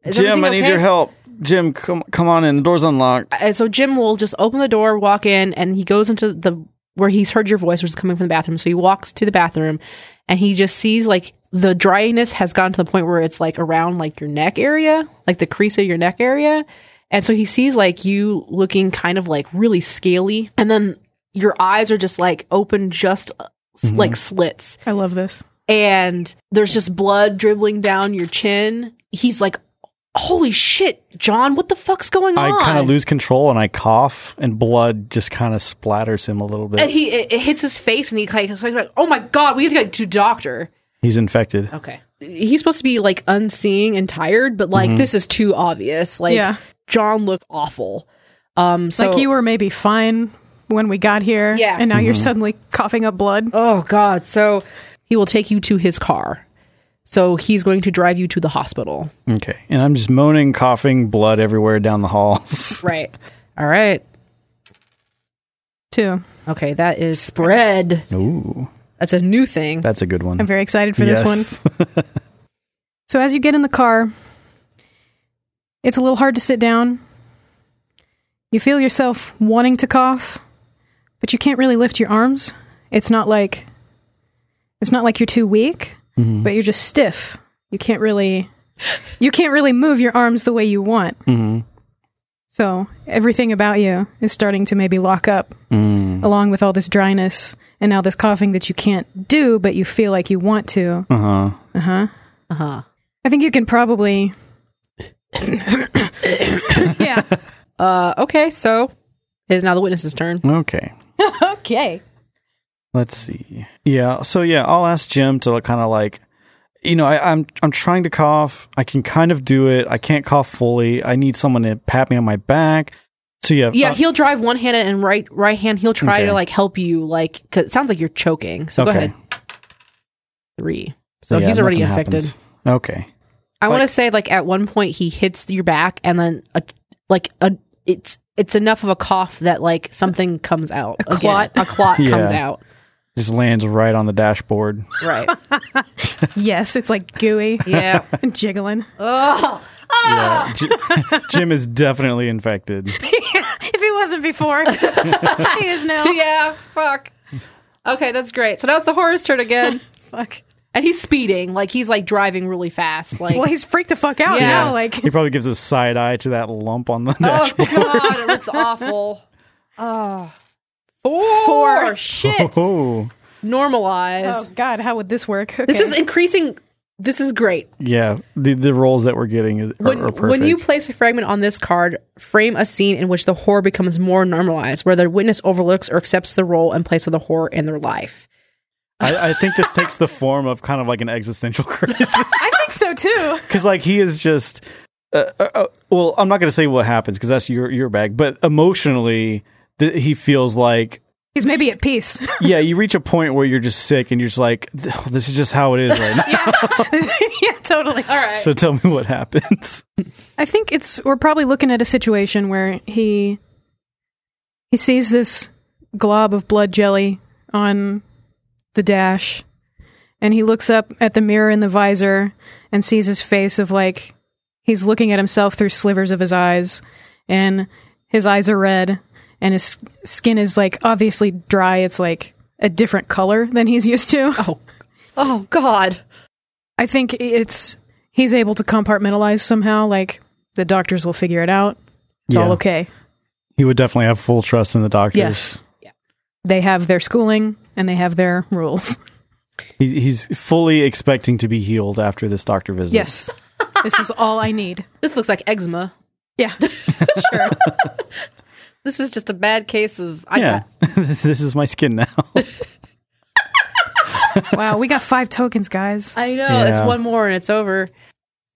Speaker 1: is
Speaker 2: Uh, Jim,
Speaker 1: everything
Speaker 2: I need
Speaker 1: okay?
Speaker 2: your help. Jim, come come on in. The door's unlocked.
Speaker 1: And so Jim will just open the door, walk in, and he goes into the where he's heard your voice, which is coming from the bathroom. So he walks to the bathroom, and he just sees like the dryness has gone to the point where it's like around like your neck area, like the crease of your neck area. And so he sees like you looking kind of like really scaly, and then your eyes are just like open, just uh, s- like slits
Speaker 3: I love this.
Speaker 1: and there's just blood dribbling down your chin. He's like, "Holy shit, John! What the fuck's going
Speaker 2: I
Speaker 1: on?"
Speaker 2: kind of lose control and I cough, and blood just kind of splatters him a little bit.
Speaker 1: And he it, it hits his face, and he like, he's like, "Oh my god, we have to get to doctor."
Speaker 2: He's infected.
Speaker 1: Okay, he's supposed to be like unseeing and tired, but like this is too obvious. Like
Speaker 3: Yeah.
Speaker 1: John looked awful. Um, so
Speaker 3: like you were maybe fine when we got here,
Speaker 1: Yeah.
Speaker 3: and now you're
Speaker 2: Mm-hmm.
Speaker 3: suddenly coughing up blood.
Speaker 1: Oh God! So he will take you to his car. So he's going to drive you to the hospital.
Speaker 2: Okay. And I'm just moaning, coughing, blood everywhere down the halls.
Speaker 1: Right. All right.
Speaker 3: Too.
Speaker 1: Okay, that is spread.
Speaker 2: Ooh,
Speaker 1: That's a new thing.
Speaker 2: that's a good one.
Speaker 3: I'm very excited for this one.
Speaker 2: one.
Speaker 3: So as you get in the car, it's a little hard to sit down. You feel yourself wanting to cough, but you can't really lift your arms. It's not like it's not like you're too weak, but you're just stiff. You can't really you can't really move your arms the way you want. So everything about you is starting to maybe lock up along with all this dryness and now this coughing that you can't do but you feel like you want to.
Speaker 2: Uh huh.
Speaker 3: Uh-huh.
Speaker 1: Uh huh.
Speaker 3: I think you can probably. yeah.
Speaker 1: Uh, okay, so it is now the witness's turn.
Speaker 2: Okay.
Speaker 3: okay.
Speaker 2: Let's see. Yeah. So yeah, I'll ask Jim to kind of like, you know, I, I'm I'm trying to cough. I can kind of do it. I can't cough fully. I need someone to pat me on my back. So yeah.
Speaker 1: Yeah,
Speaker 2: uh,
Speaker 1: he'll drive one hand and right right hand. He'll try
Speaker 2: Okay.
Speaker 1: to like help you, like cause it sounds like you're choking. So go
Speaker 2: Okay.
Speaker 1: ahead. Three. So
Speaker 2: yeah,
Speaker 1: he's already
Speaker 2: nothing
Speaker 1: affected.
Speaker 2: happens. Okay.
Speaker 1: I want to
Speaker 2: Like-
Speaker 1: say like at one point he hits your back and then a, like a it's it's enough of a cough that like something comes out. A
Speaker 3: clot?
Speaker 1: A clot
Speaker 2: Yeah.
Speaker 1: comes out.
Speaker 2: Just lands right on the dashboard.
Speaker 1: Right.
Speaker 3: Yes, it's like gooey
Speaker 1: Yeah.
Speaker 3: and jiggling.
Speaker 1: Ugh. Ah!
Speaker 2: Yeah. Ji- Jim is definitely infected.
Speaker 3: If he wasn't before, he is now.
Speaker 1: Yeah. Fuck. Okay, that's great. So now it's the horror's turn again,
Speaker 3: Fuck.
Speaker 1: and he's speeding. Like he's like driving really fast. Like
Speaker 3: Well, he's freaked the fuck out
Speaker 1: Yeah.
Speaker 3: now. Like,
Speaker 2: He probably gives a side eye to that lump on the
Speaker 1: oh
Speaker 2: dashboard.
Speaker 1: god, it looks awful. Oh. Four.
Speaker 3: Four.
Speaker 1: Shit.
Speaker 2: Oh,
Speaker 1: Normalize.
Speaker 3: oh god, how would this work? Okay.
Speaker 1: This is increasing. This is great.
Speaker 2: yeah. The the roles that we're getting is, are,
Speaker 1: when,
Speaker 2: are perfect.
Speaker 1: when you place a fragment on this card, frame a scene in which the horror becomes more normalized, where the witness overlooks or accepts the role and place of the horror in their life.
Speaker 2: I, I think this takes the form of kind of like an existential crisis.
Speaker 3: I think so too.
Speaker 2: because like he is just uh, uh, uh, well i'm not going to say what happens because that's your your bag but emotionally th- he feels like
Speaker 3: He's maybe at peace.
Speaker 2: yeah you reach a point where you're just sick and you're just like "Th- oh, this is just how it is right now
Speaker 3: yeah, totally.
Speaker 1: All right.
Speaker 2: so tell me what happens
Speaker 3: I think it's we're probably looking at a situation where he he sees this glob of blood jelly on the dash and he looks up at the mirror in the visor and sees his face of like he's looking at himself through slivers of his eyes and his eyes are red and his s- skin is like obviously dry it's like a different color than he's used to
Speaker 1: oh, oh God.
Speaker 3: I think it's he's able to compartmentalize somehow. Like the doctors will figure it out. It's all
Speaker 2: Yeah.
Speaker 3: okay.
Speaker 2: he would definitely have full trust in the doctors
Speaker 3: Yes. They have their schooling and they have their rules.
Speaker 2: he, he's fully expecting to be healed after this doctor visit
Speaker 3: Yes. this is all I need.
Speaker 1: This looks like eczema.
Speaker 3: Yeah. sure.
Speaker 1: This is just a bad case of I
Speaker 2: yeah this is my skin now
Speaker 3: Wow, we got five tokens, guys.
Speaker 1: I know. It's
Speaker 2: Yeah.
Speaker 1: one more and it's over.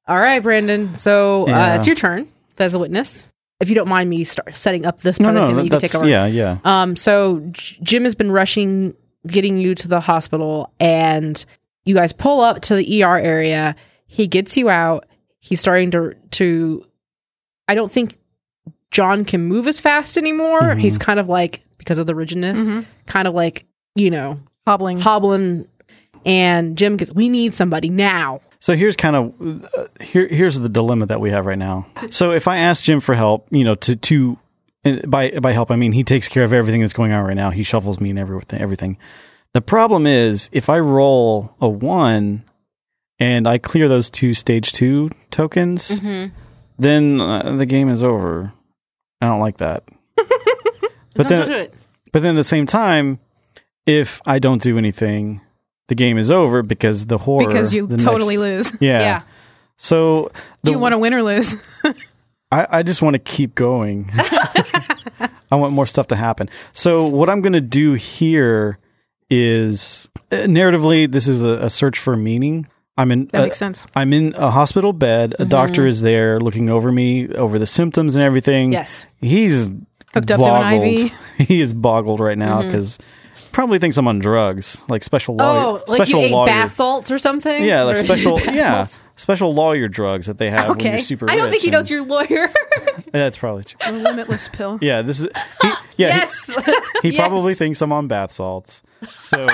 Speaker 1: All right, Brandon. So uh,
Speaker 2: Yeah.
Speaker 1: it's your turn as a witness. If you don't mind me start setting up this part of the scene that you can take
Speaker 2: that's-
Speaker 1: over.
Speaker 2: yeah yeah
Speaker 1: Um, so J- Jim has been rushing, getting you to the hospital, and you guys pull up to the ER area. He gets you out. He's starting to to. I don't think John can move as fast anymore.
Speaker 2: Mm-hmm.
Speaker 1: He's kind of like because of the rigidness, kind of like you know
Speaker 3: Hobbling.
Speaker 1: hobbling. And Jim gets, we need somebody now.
Speaker 2: So here's kind of uh, here here's the dilemma that we have right now. So if I ask Jim for help, you know, to to and by by help I mean he takes care of everything that's going on right now. He shuffles me and everything. Everything. The problem is if I roll a one and I clear those two stage two tokens, then uh, the game is over. I don't like that. but
Speaker 1: Don't do it.
Speaker 2: but then at the same time, if I don't do anything, the game is over because the horror
Speaker 3: because you
Speaker 2: the
Speaker 3: totally
Speaker 2: next-
Speaker 3: lose.
Speaker 2: yeah.
Speaker 1: Yeah.
Speaker 2: So the,
Speaker 3: Do you want to win or lose?
Speaker 2: I, I just want to keep going. I want more stuff to happen. So what I'm going to do here is uh, narratively, this is a, a search for meaning. I'm in
Speaker 3: That
Speaker 2: a-
Speaker 3: makes sense. Mm-hmm.
Speaker 2: I'm in a hospital bed. A doctor is there looking over me over the symptoms and everything.
Speaker 1: Yes.
Speaker 2: He's
Speaker 3: Hooked up to an Mm-hmm.
Speaker 2: boggled.
Speaker 3: IV.
Speaker 2: He is boggled right now because probably thinks I'm on drugs, like special lawyer.
Speaker 1: Oh, like you
Speaker 2: special
Speaker 1: ate
Speaker 2: lawyer.
Speaker 1: bath salts or something?
Speaker 2: Yeah, like
Speaker 1: Or-
Speaker 2: special.
Speaker 1: bath
Speaker 2: yeah,
Speaker 1: salts?
Speaker 2: special lawyer drugs that they have when
Speaker 1: Okay.
Speaker 2: you're super.
Speaker 1: I don't think he knows
Speaker 2: your.
Speaker 1: your lawyer.
Speaker 2: That's probably true.
Speaker 3: A limitless pill.
Speaker 2: Yeah, this is. He, yeah, he-
Speaker 1: yes.
Speaker 2: he,
Speaker 1: Yes.
Speaker 2: probably thinks I'm on bath salts. So.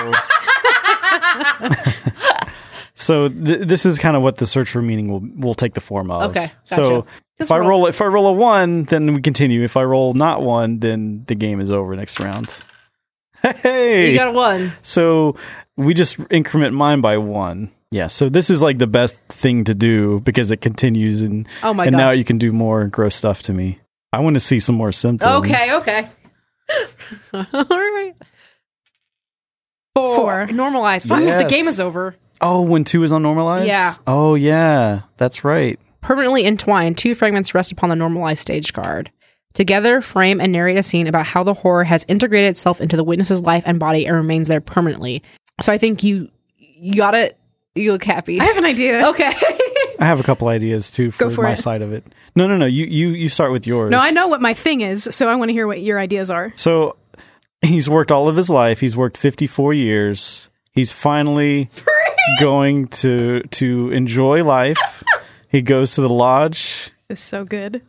Speaker 2: So th- this is kind of what the search for meaning will will take the form of.
Speaker 1: Okay,
Speaker 2: So
Speaker 1: gotcha.
Speaker 2: if
Speaker 1: Just
Speaker 2: I
Speaker 1: roll.
Speaker 2: roll if I roll a one, then we continue. If I roll not one, then the game is over next round. Hey,
Speaker 1: you got a one.
Speaker 2: so we just increment mine by one. Yeah. So this is like the best thing to do because it continues and
Speaker 1: Oh my
Speaker 2: and now
Speaker 1: gosh.
Speaker 2: you can do more gross stuff to me. I want to see some more symptoms.
Speaker 1: Okay, okay. All right. Four.
Speaker 3: Four.
Speaker 1: Normalized. Fuck,
Speaker 2: Yes.
Speaker 1: the game is over.
Speaker 2: Oh, when two is unnormalized?
Speaker 1: Yeah.
Speaker 2: Oh yeah. That's right.
Speaker 1: Permanently entwined, two fragments rest upon the normalized stage card. Together, frame and narrate a scene about how the horror has integrated itself into the witness's life and body and remains there permanently. So I think you you got it. You look happy.
Speaker 3: I have an idea.
Speaker 1: okay.
Speaker 2: I have a couple ideas too for,
Speaker 3: for
Speaker 2: my
Speaker 3: it.
Speaker 2: side of it. No, no, no. You you you start with yours.
Speaker 3: No, I know what my thing is, so I want to hear what your ideas are.
Speaker 2: So he's worked all of his life. He's worked 54 years. He's finally going to to enjoy life. he goes to the lodge,
Speaker 3: This is so good.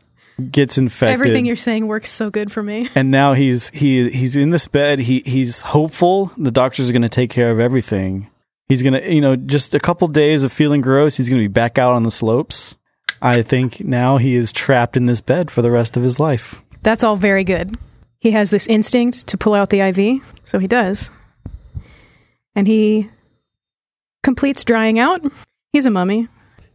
Speaker 2: gets infected.
Speaker 3: Everything you're saying works so good for me.
Speaker 2: and now he's he he's in this bed. He he's hopeful the doctors are going to take care of everything. He's going to, you know, just a couple days of feeling gross, he's going to be back out on the slopes. I think now he is trapped in this bed for the rest of his life.
Speaker 3: That's all very good. He has this instinct to pull out the IV, so he does. And he completes drying out. He's a mummy.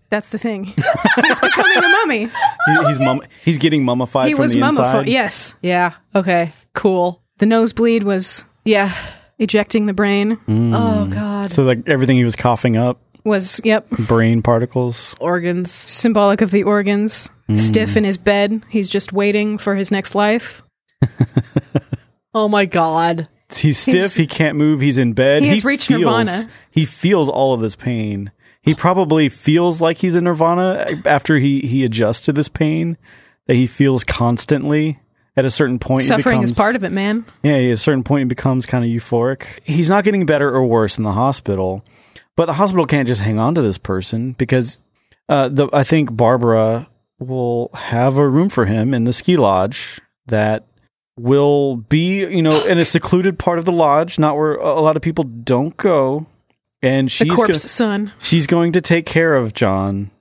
Speaker 3: That's the thing. He's becoming a mummy.
Speaker 2: He- he's mum, he's getting mummified
Speaker 3: Oh, He
Speaker 2: from
Speaker 3: was
Speaker 2: the
Speaker 3: mummified.
Speaker 2: inside.
Speaker 3: Yes.
Speaker 1: yeah. Okay. Cool.
Speaker 3: The nosebleed was
Speaker 1: Yeah.
Speaker 3: ejecting the brain.
Speaker 1: Oh God.
Speaker 2: So like everything he was coughing up,
Speaker 3: Was yep,
Speaker 2: brain particles.
Speaker 1: Organs.
Speaker 3: symbolic of the organs. Stiff in his bed. He's just waiting for his next life.
Speaker 1: Oh my God.
Speaker 2: He's stiff.
Speaker 3: He's-
Speaker 2: he can't move. He's in bed.
Speaker 3: He has reached nirvana.
Speaker 2: He feels all of this pain. He probably feels like he's in nirvana after he he adjusts to this pain that he feels constantly. At a certain point,
Speaker 3: Suffering is part of it, man.
Speaker 2: Yeah, at a certain point, he becomes kind of euphoric. He's not getting better or worse in the hospital, but the hospital can't just hang on to this person because uh, the I think Barbara will have a room for him in the ski lodge that will be you know in a secluded part of the lodge, not where a a lot of people don't go. And
Speaker 3: The
Speaker 2: she's
Speaker 3: corpse
Speaker 2: gonna,
Speaker 3: son.
Speaker 2: she's going to take care of John.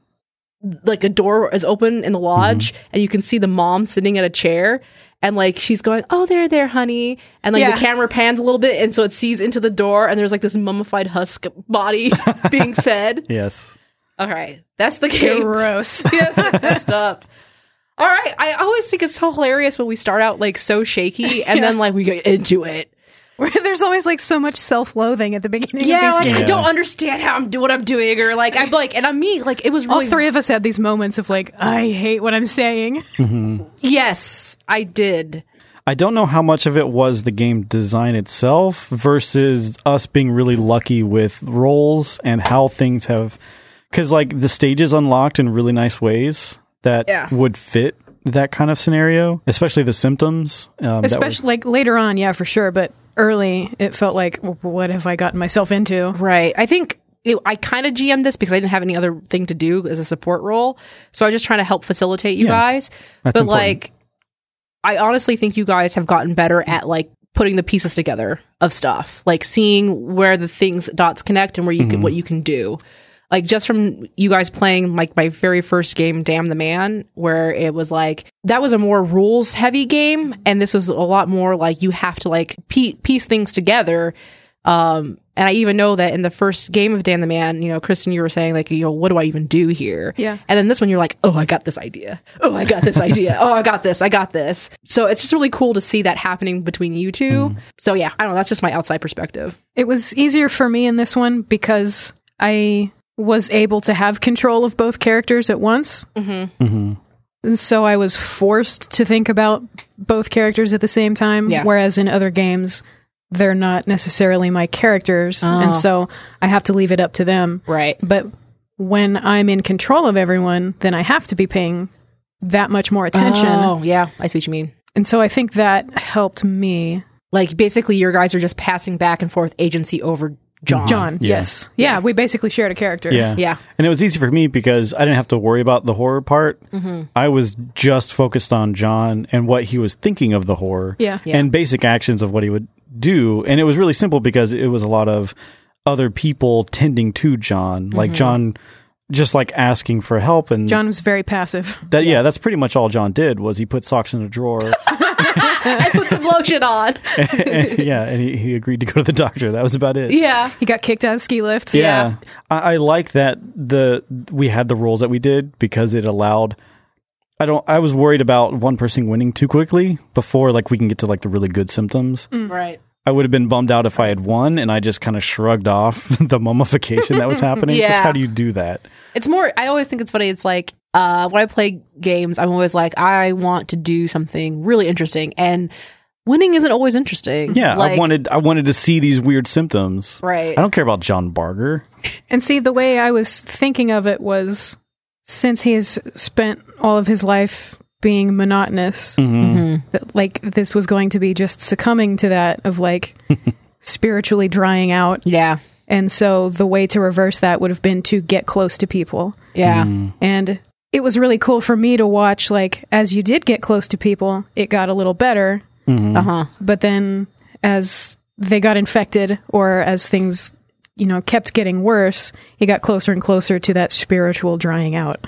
Speaker 1: like a door is open in the lodge and you can see the mom sitting at a chair and like she's going oh there there honey and like
Speaker 3: Yeah.
Speaker 1: the camera pans a little bit and so it sees into the door and there's like this mummified husk body being fed
Speaker 2: Yes,
Speaker 1: all right that's the game
Speaker 3: Gross.
Speaker 1: yes messed up all right i always think it's so hilarious when we start out like so shaky and then like we get into it
Speaker 3: Where there's always like so much self-loathing at the beginning
Speaker 1: yeah
Speaker 3: of
Speaker 1: like,
Speaker 3: these
Speaker 1: i
Speaker 3: games.
Speaker 1: don't understand how i'm doing what i'm doing or like i'm like and i'm me like it was
Speaker 3: All
Speaker 1: really
Speaker 3: three of us had these moments of like, I hate what I'm saying.
Speaker 1: yes i did
Speaker 2: I don't know how much of it was the game design itself versus us being really lucky with roles and how things have cuz like the stages unlocked in really nice ways that
Speaker 1: Yeah.
Speaker 2: would fit that kind of scenario, especially the symptoms. Um, that was-
Speaker 3: Especially like later on, yeah, for sure. But early, it felt like, w- what have I gotten myself into?
Speaker 1: Right. I think it, I kind of GM'd this because I didn't have any other thing to do as a support role. So I was just trying to help facilitate you
Speaker 2: Yeah.
Speaker 1: guys.
Speaker 2: That's
Speaker 1: but
Speaker 2: important.
Speaker 1: like, I honestly think you guys have gotten better at like putting the pieces together of stuff, like seeing where the things dots connect and where you
Speaker 2: Mm-hmm.
Speaker 1: can what you can do. Like just from you guys playing like my very first game, Damn the Man, where it was like that was a more rules heavy game, and this was a lot more like you have to like pie- piece things together. Um, and I even know that in the first game of Damn the Man, you know, Kristen, you were saying like, you know, what do I even do here?
Speaker 3: Yeah.
Speaker 1: And then this one, you're like, oh, I got this idea. Oh, I got this idea. Oh, I got this. I got this. So it's just really cool to see that happening between you two. So yeah, I don't know. That's just my outside perspective.
Speaker 3: It was easier for me in this one because I was able to have control of both characters at once.
Speaker 1: Mm-hmm.
Speaker 3: And So I was forced to think about both characters at the same time.
Speaker 1: Yeah.
Speaker 3: Whereas in other games, they're not necessarily my characters. And so I have to leave it up to them.
Speaker 1: Oh. Right.
Speaker 3: But when I'm in control of everyone, then I have to be paying that much more attention.
Speaker 1: Oh, yeah. I see what you mean.
Speaker 3: And so I think that helped me.
Speaker 1: Like basically, your guys are just passing back and forth agency over John.
Speaker 3: John,
Speaker 2: Yeah.
Speaker 3: yes. Yeah, we basically shared a character.
Speaker 2: Yeah.
Speaker 1: Mm, Yeah.
Speaker 2: And it was easy for me because I didn't have to worry about the horror part. I was just focused on John and what he was thinking of the horror
Speaker 3: Yeah.
Speaker 1: Yeah.
Speaker 2: and basic actions of what he would do. And it was really simple because it was a lot of other people tending to John, like John just like asking for help and
Speaker 3: John was very passive.
Speaker 2: that yeah. that's pretty much all John did was he put socks in a drawer.
Speaker 1: I put some lotion on.
Speaker 2: yeah, and he, he agreed to go to the doctor. That was about it.
Speaker 1: Yeah.
Speaker 3: He got kicked out of ski lift.
Speaker 1: Yeah.
Speaker 2: I, I like that the we had the rules that we did because it allowed I don't I was worried about one person winning too quickly before like we can get to like the really good symptoms.
Speaker 1: Right.
Speaker 2: I would have been bummed out if I had won and I just kind of shrugged off the mummification that was happening. 'Cause
Speaker 1: Yeah.
Speaker 2: How do you do that?
Speaker 1: It's more, I always think it's funny. It's like, uh, when I play games, I'm always like, I want to do something really interesting. And winning isn't always interesting.
Speaker 2: Yeah, I
Speaker 1: Like,
Speaker 2: wanted I wanted to see these weird symptoms.
Speaker 1: Right.
Speaker 2: I don't care about John Barger.
Speaker 3: And see, the way I was thinking of it was since he has spent all of his life being monotonous, that, like this was going to be just succumbing to that of like spiritually drying out.
Speaker 1: Yeah.
Speaker 3: And so the way to reverse that would have been to get close to people.
Speaker 1: Yeah.
Speaker 2: Mm-hmm.
Speaker 3: And it was really cool for me to watch, like, as you did get close to people, it got a little better.
Speaker 1: Uh huh.
Speaker 3: But then as they got infected or as things, you know, kept getting worse, he got closer and closer to that spiritual drying out.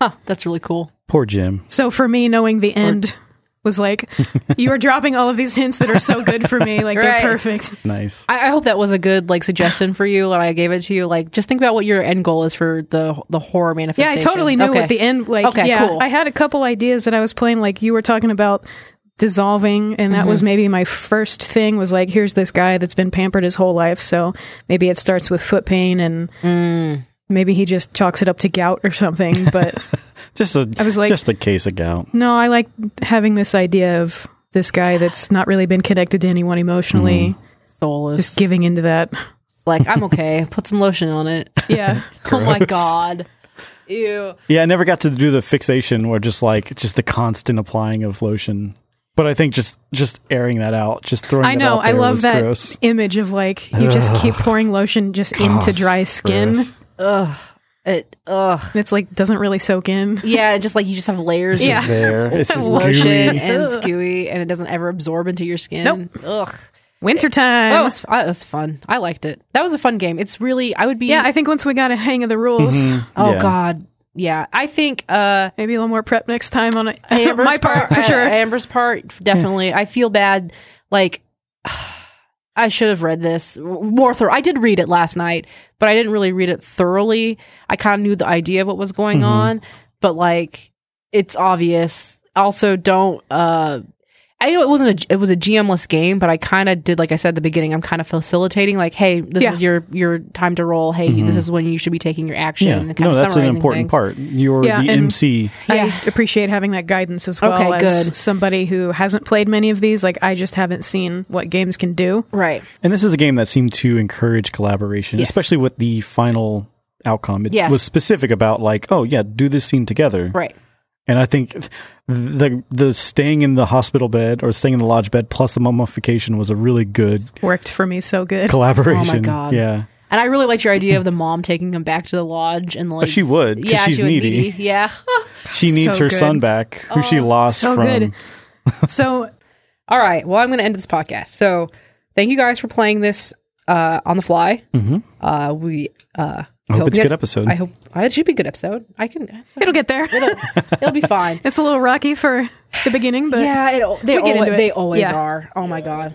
Speaker 1: Huh. That's really cool.
Speaker 2: Poor Jim.
Speaker 3: So for me, knowing the end was like, you are dropping all of these hints that are so good for me. Like,
Speaker 1: Right.
Speaker 3: they're perfect.
Speaker 2: Nice.
Speaker 1: I, I hope that was a good like suggestion for you when I gave it to you. Like, just think about what your end goal is for the the horror
Speaker 3: Yeah,
Speaker 1: manifestation.
Speaker 3: I totally knew
Speaker 1: Okay.
Speaker 3: what the end. Like,
Speaker 1: Okay,
Speaker 3: yeah,
Speaker 1: cool.
Speaker 3: I had a couple ideas that I was playing. Like you were talking about dissolving, and that
Speaker 1: Mm-hmm.
Speaker 3: was maybe my first thing. Was like, here's this guy that's been pampered his whole life, so maybe it starts with foot pain, and
Speaker 1: Mm.
Speaker 3: maybe he just chalks it up to gout or something. But
Speaker 2: Just a I
Speaker 3: was like-
Speaker 2: just a case of gout.
Speaker 3: no, I like having this idea of this guy that's not really been connected to anyone emotionally,
Speaker 1: Mm. soulless.
Speaker 3: just giving into that.
Speaker 1: like I'm okay. Put some lotion on it.
Speaker 3: Yeah.
Speaker 1: Oh my
Speaker 2: Gross.
Speaker 1: god. Ew.
Speaker 2: Yeah, I never got to do the fixation or just like just the constant applying of lotion. But I think just just airing that out, just throwing.
Speaker 3: I
Speaker 2: that
Speaker 3: know.
Speaker 2: out there
Speaker 3: I love
Speaker 2: was
Speaker 3: that
Speaker 2: Gross.
Speaker 3: image of like you just keep pouring lotion just into dry skin.
Speaker 2: Ah, Gross.
Speaker 1: It. Ugh.
Speaker 3: It's like doesn't really soak in.
Speaker 1: Yeah. Just like you just have layers.
Speaker 3: Yeah.
Speaker 1: of
Speaker 2: It's there. It's just
Speaker 1: Lotion
Speaker 2: gooey.
Speaker 1: and skewy, and it doesn't ever absorb into your skin.
Speaker 3: Nope. Oh.
Speaker 1: Ugh.
Speaker 3: Wintertime.
Speaker 1: That was, that was fun. I liked it. That was a fun game. It's really, I would be.
Speaker 3: yeah, I think once we got a hang of the rules,
Speaker 2: Mm-hmm.
Speaker 1: oh,
Speaker 2: Yeah.
Speaker 1: God. Yeah. I think uh,
Speaker 3: maybe a little more prep next time on it.
Speaker 1: Amber's
Speaker 3: my part
Speaker 1: uh,
Speaker 3: for sure.
Speaker 1: Amber's part, definitely. I feel bad. Like, I should have read this more thorough. I did read it last night, but I didn't really read it thoroughly. I kind of knew the idea of what was going
Speaker 2: Mm-hmm.
Speaker 1: on, but like, it's obvious. Also, don't. uh I know it wasn't a it was a GMless game, but I kind of did like I said at the beginning. I'm kind of facilitating, like, hey, this
Speaker 3: Yeah.
Speaker 1: is your your time to roll. Hey, this is when you should be taking your action.
Speaker 2: Mm-hmm. Yeah,
Speaker 1: and kind
Speaker 2: no,
Speaker 1: of
Speaker 2: that's an
Speaker 1: summarizing
Speaker 2: important
Speaker 1: things.
Speaker 2: part. You're
Speaker 3: Yeah,
Speaker 2: the
Speaker 3: and-
Speaker 2: MC.
Speaker 1: Yeah.
Speaker 3: I appreciate having that guidance as well
Speaker 1: Okay,
Speaker 3: as
Speaker 1: good.
Speaker 3: somebody who hasn't played many of these. Like I just haven't seen what games can do.
Speaker 1: right?
Speaker 2: And this is a game that seemed to encourage collaboration,
Speaker 1: Yes.
Speaker 2: especially with the final outcome. It
Speaker 1: Yeah.
Speaker 2: was specific about like, oh yeah, do this scene together.
Speaker 1: Right.
Speaker 2: And I think the the staying in the hospital bed or staying in the lodge bed plus the mummification was a really good
Speaker 3: Worked for me so good.
Speaker 2: collaboration.
Speaker 3: Oh
Speaker 1: God.
Speaker 2: Yeah.
Speaker 1: And I really liked your idea of the mom taking him back to the lodge and like
Speaker 2: But Oh, she would. 'cause
Speaker 1: yeah,
Speaker 2: she's
Speaker 1: she was
Speaker 2: needy.
Speaker 1: Yeah.
Speaker 2: She needs
Speaker 3: So
Speaker 2: her
Speaker 3: good. Oh,
Speaker 2: son back, who she lost
Speaker 3: so
Speaker 2: from.
Speaker 3: good. So
Speaker 1: All right. Well, I'm going to end this podcast. So thank you guys for playing this uh, on the fly. Mm-hmm. Uh, we. Uh,
Speaker 2: I hope it's a
Speaker 1: you
Speaker 2: good
Speaker 1: had-
Speaker 2: episode.
Speaker 1: I hope uh, it should be a good episode. I can. it's-
Speaker 3: it'll get there.
Speaker 1: It'll, it'll be fine.
Speaker 3: it's a little rocky for the beginning, but
Speaker 1: yeah. It, they
Speaker 3: We get
Speaker 1: alwa-
Speaker 3: into it.
Speaker 1: they always
Speaker 3: Yeah.
Speaker 1: are. Oh my god.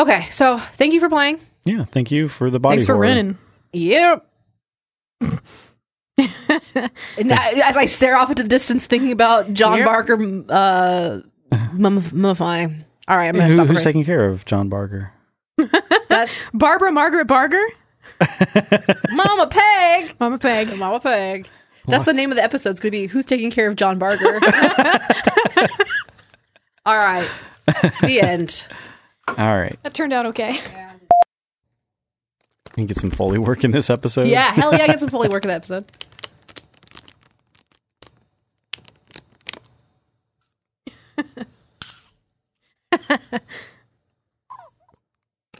Speaker 1: Okay. So thank you for playing.
Speaker 2: yeah, thank you for the body
Speaker 3: thanks for
Speaker 2: horror.
Speaker 3: running.
Speaker 1: Yep. and I, as I stare off into the distance, thinking about John
Speaker 3: Yep.
Speaker 1: Barker uh, mummif- mummifying. All right, I'm gonna
Speaker 2: Who,
Speaker 1: stop.
Speaker 2: who's
Speaker 1: recording.
Speaker 2: taking care of John Barker?
Speaker 1: That's
Speaker 3: Barbara Margaret Barger,
Speaker 1: Mama Peg.
Speaker 3: Mama Peg.
Speaker 1: Mama Peg. That's the name of the episode. It's gonna be "Who's Taking Care of John Barker." All right, the end.
Speaker 2: All right.
Speaker 3: That turned out okay.
Speaker 2: You can get some Foley work in this episode.
Speaker 1: Yeah, hell yeah, I get some fully work in that episode.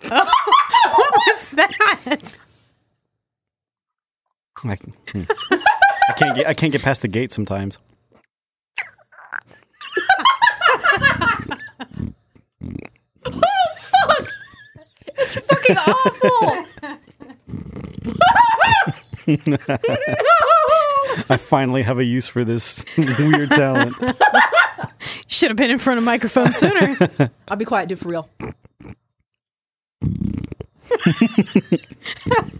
Speaker 3: what was that?
Speaker 2: I, can- hmm. I can't get I can't get past the gate sometimes.
Speaker 1: Oh,
Speaker 4: Fucking awful.
Speaker 2: I finally have a use for this weird talent.
Speaker 3: Should have been in front of microphone sooner.
Speaker 4: I'll be quiet, dude, for real.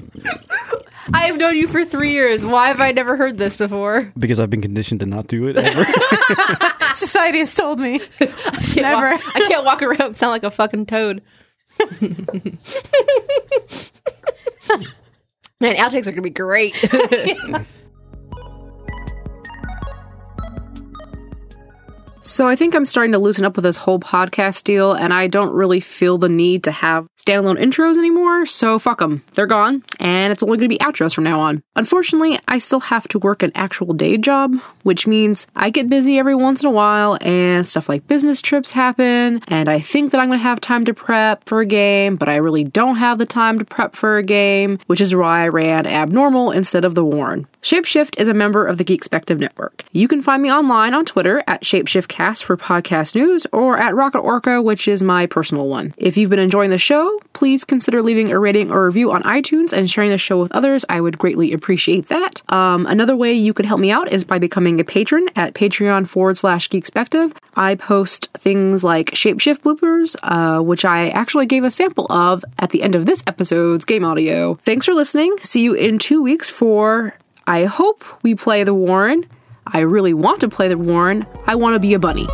Speaker 4: I have known you for three years. Why have I never heard this before?
Speaker 2: Because I've been conditioned to not do it ever.
Speaker 3: Society has told me.
Speaker 4: Can't
Speaker 3: Never.
Speaker 4: walk- I can't walk around and sound like a fucking toad. Man, outtakes are gonna be great.
Speaker 1: So I think I'm starting to loosen up with this whole podcast deal, and I don't really feel the need to have standalone intros anymore. So fuck them. They're gone, and it's only going to be outros from now on. Unfortunately, I still have to work an actual day job, which means I get busy every once in a while, and stuff like business trips happen, and I think that I'm going to have time to prep for a game, but I really don't have the time to prep for a game, which is why I ran Abnormal instead of The Warren. Shapeshift is a member of the Geekspective Network. You can find me online on Twitter at ShapeshiftCast for podcast news or at Rocket Orca, which is my personal one. If you've been enjoying the show, please consider leaving a rating or review on iTunes and sharing the show with others. I would greatly appreciate that. Um, another way you could help me out is by becoming a patron at patreon forward slash geekspective. I post things like shapeshift bloopers, uh, which I actually gave a sample of at the end of this episode's game audio. Thanks for listening. See you in two weeks for I hope we play the Warren. I really want to play the Warren. I want to be a bunny.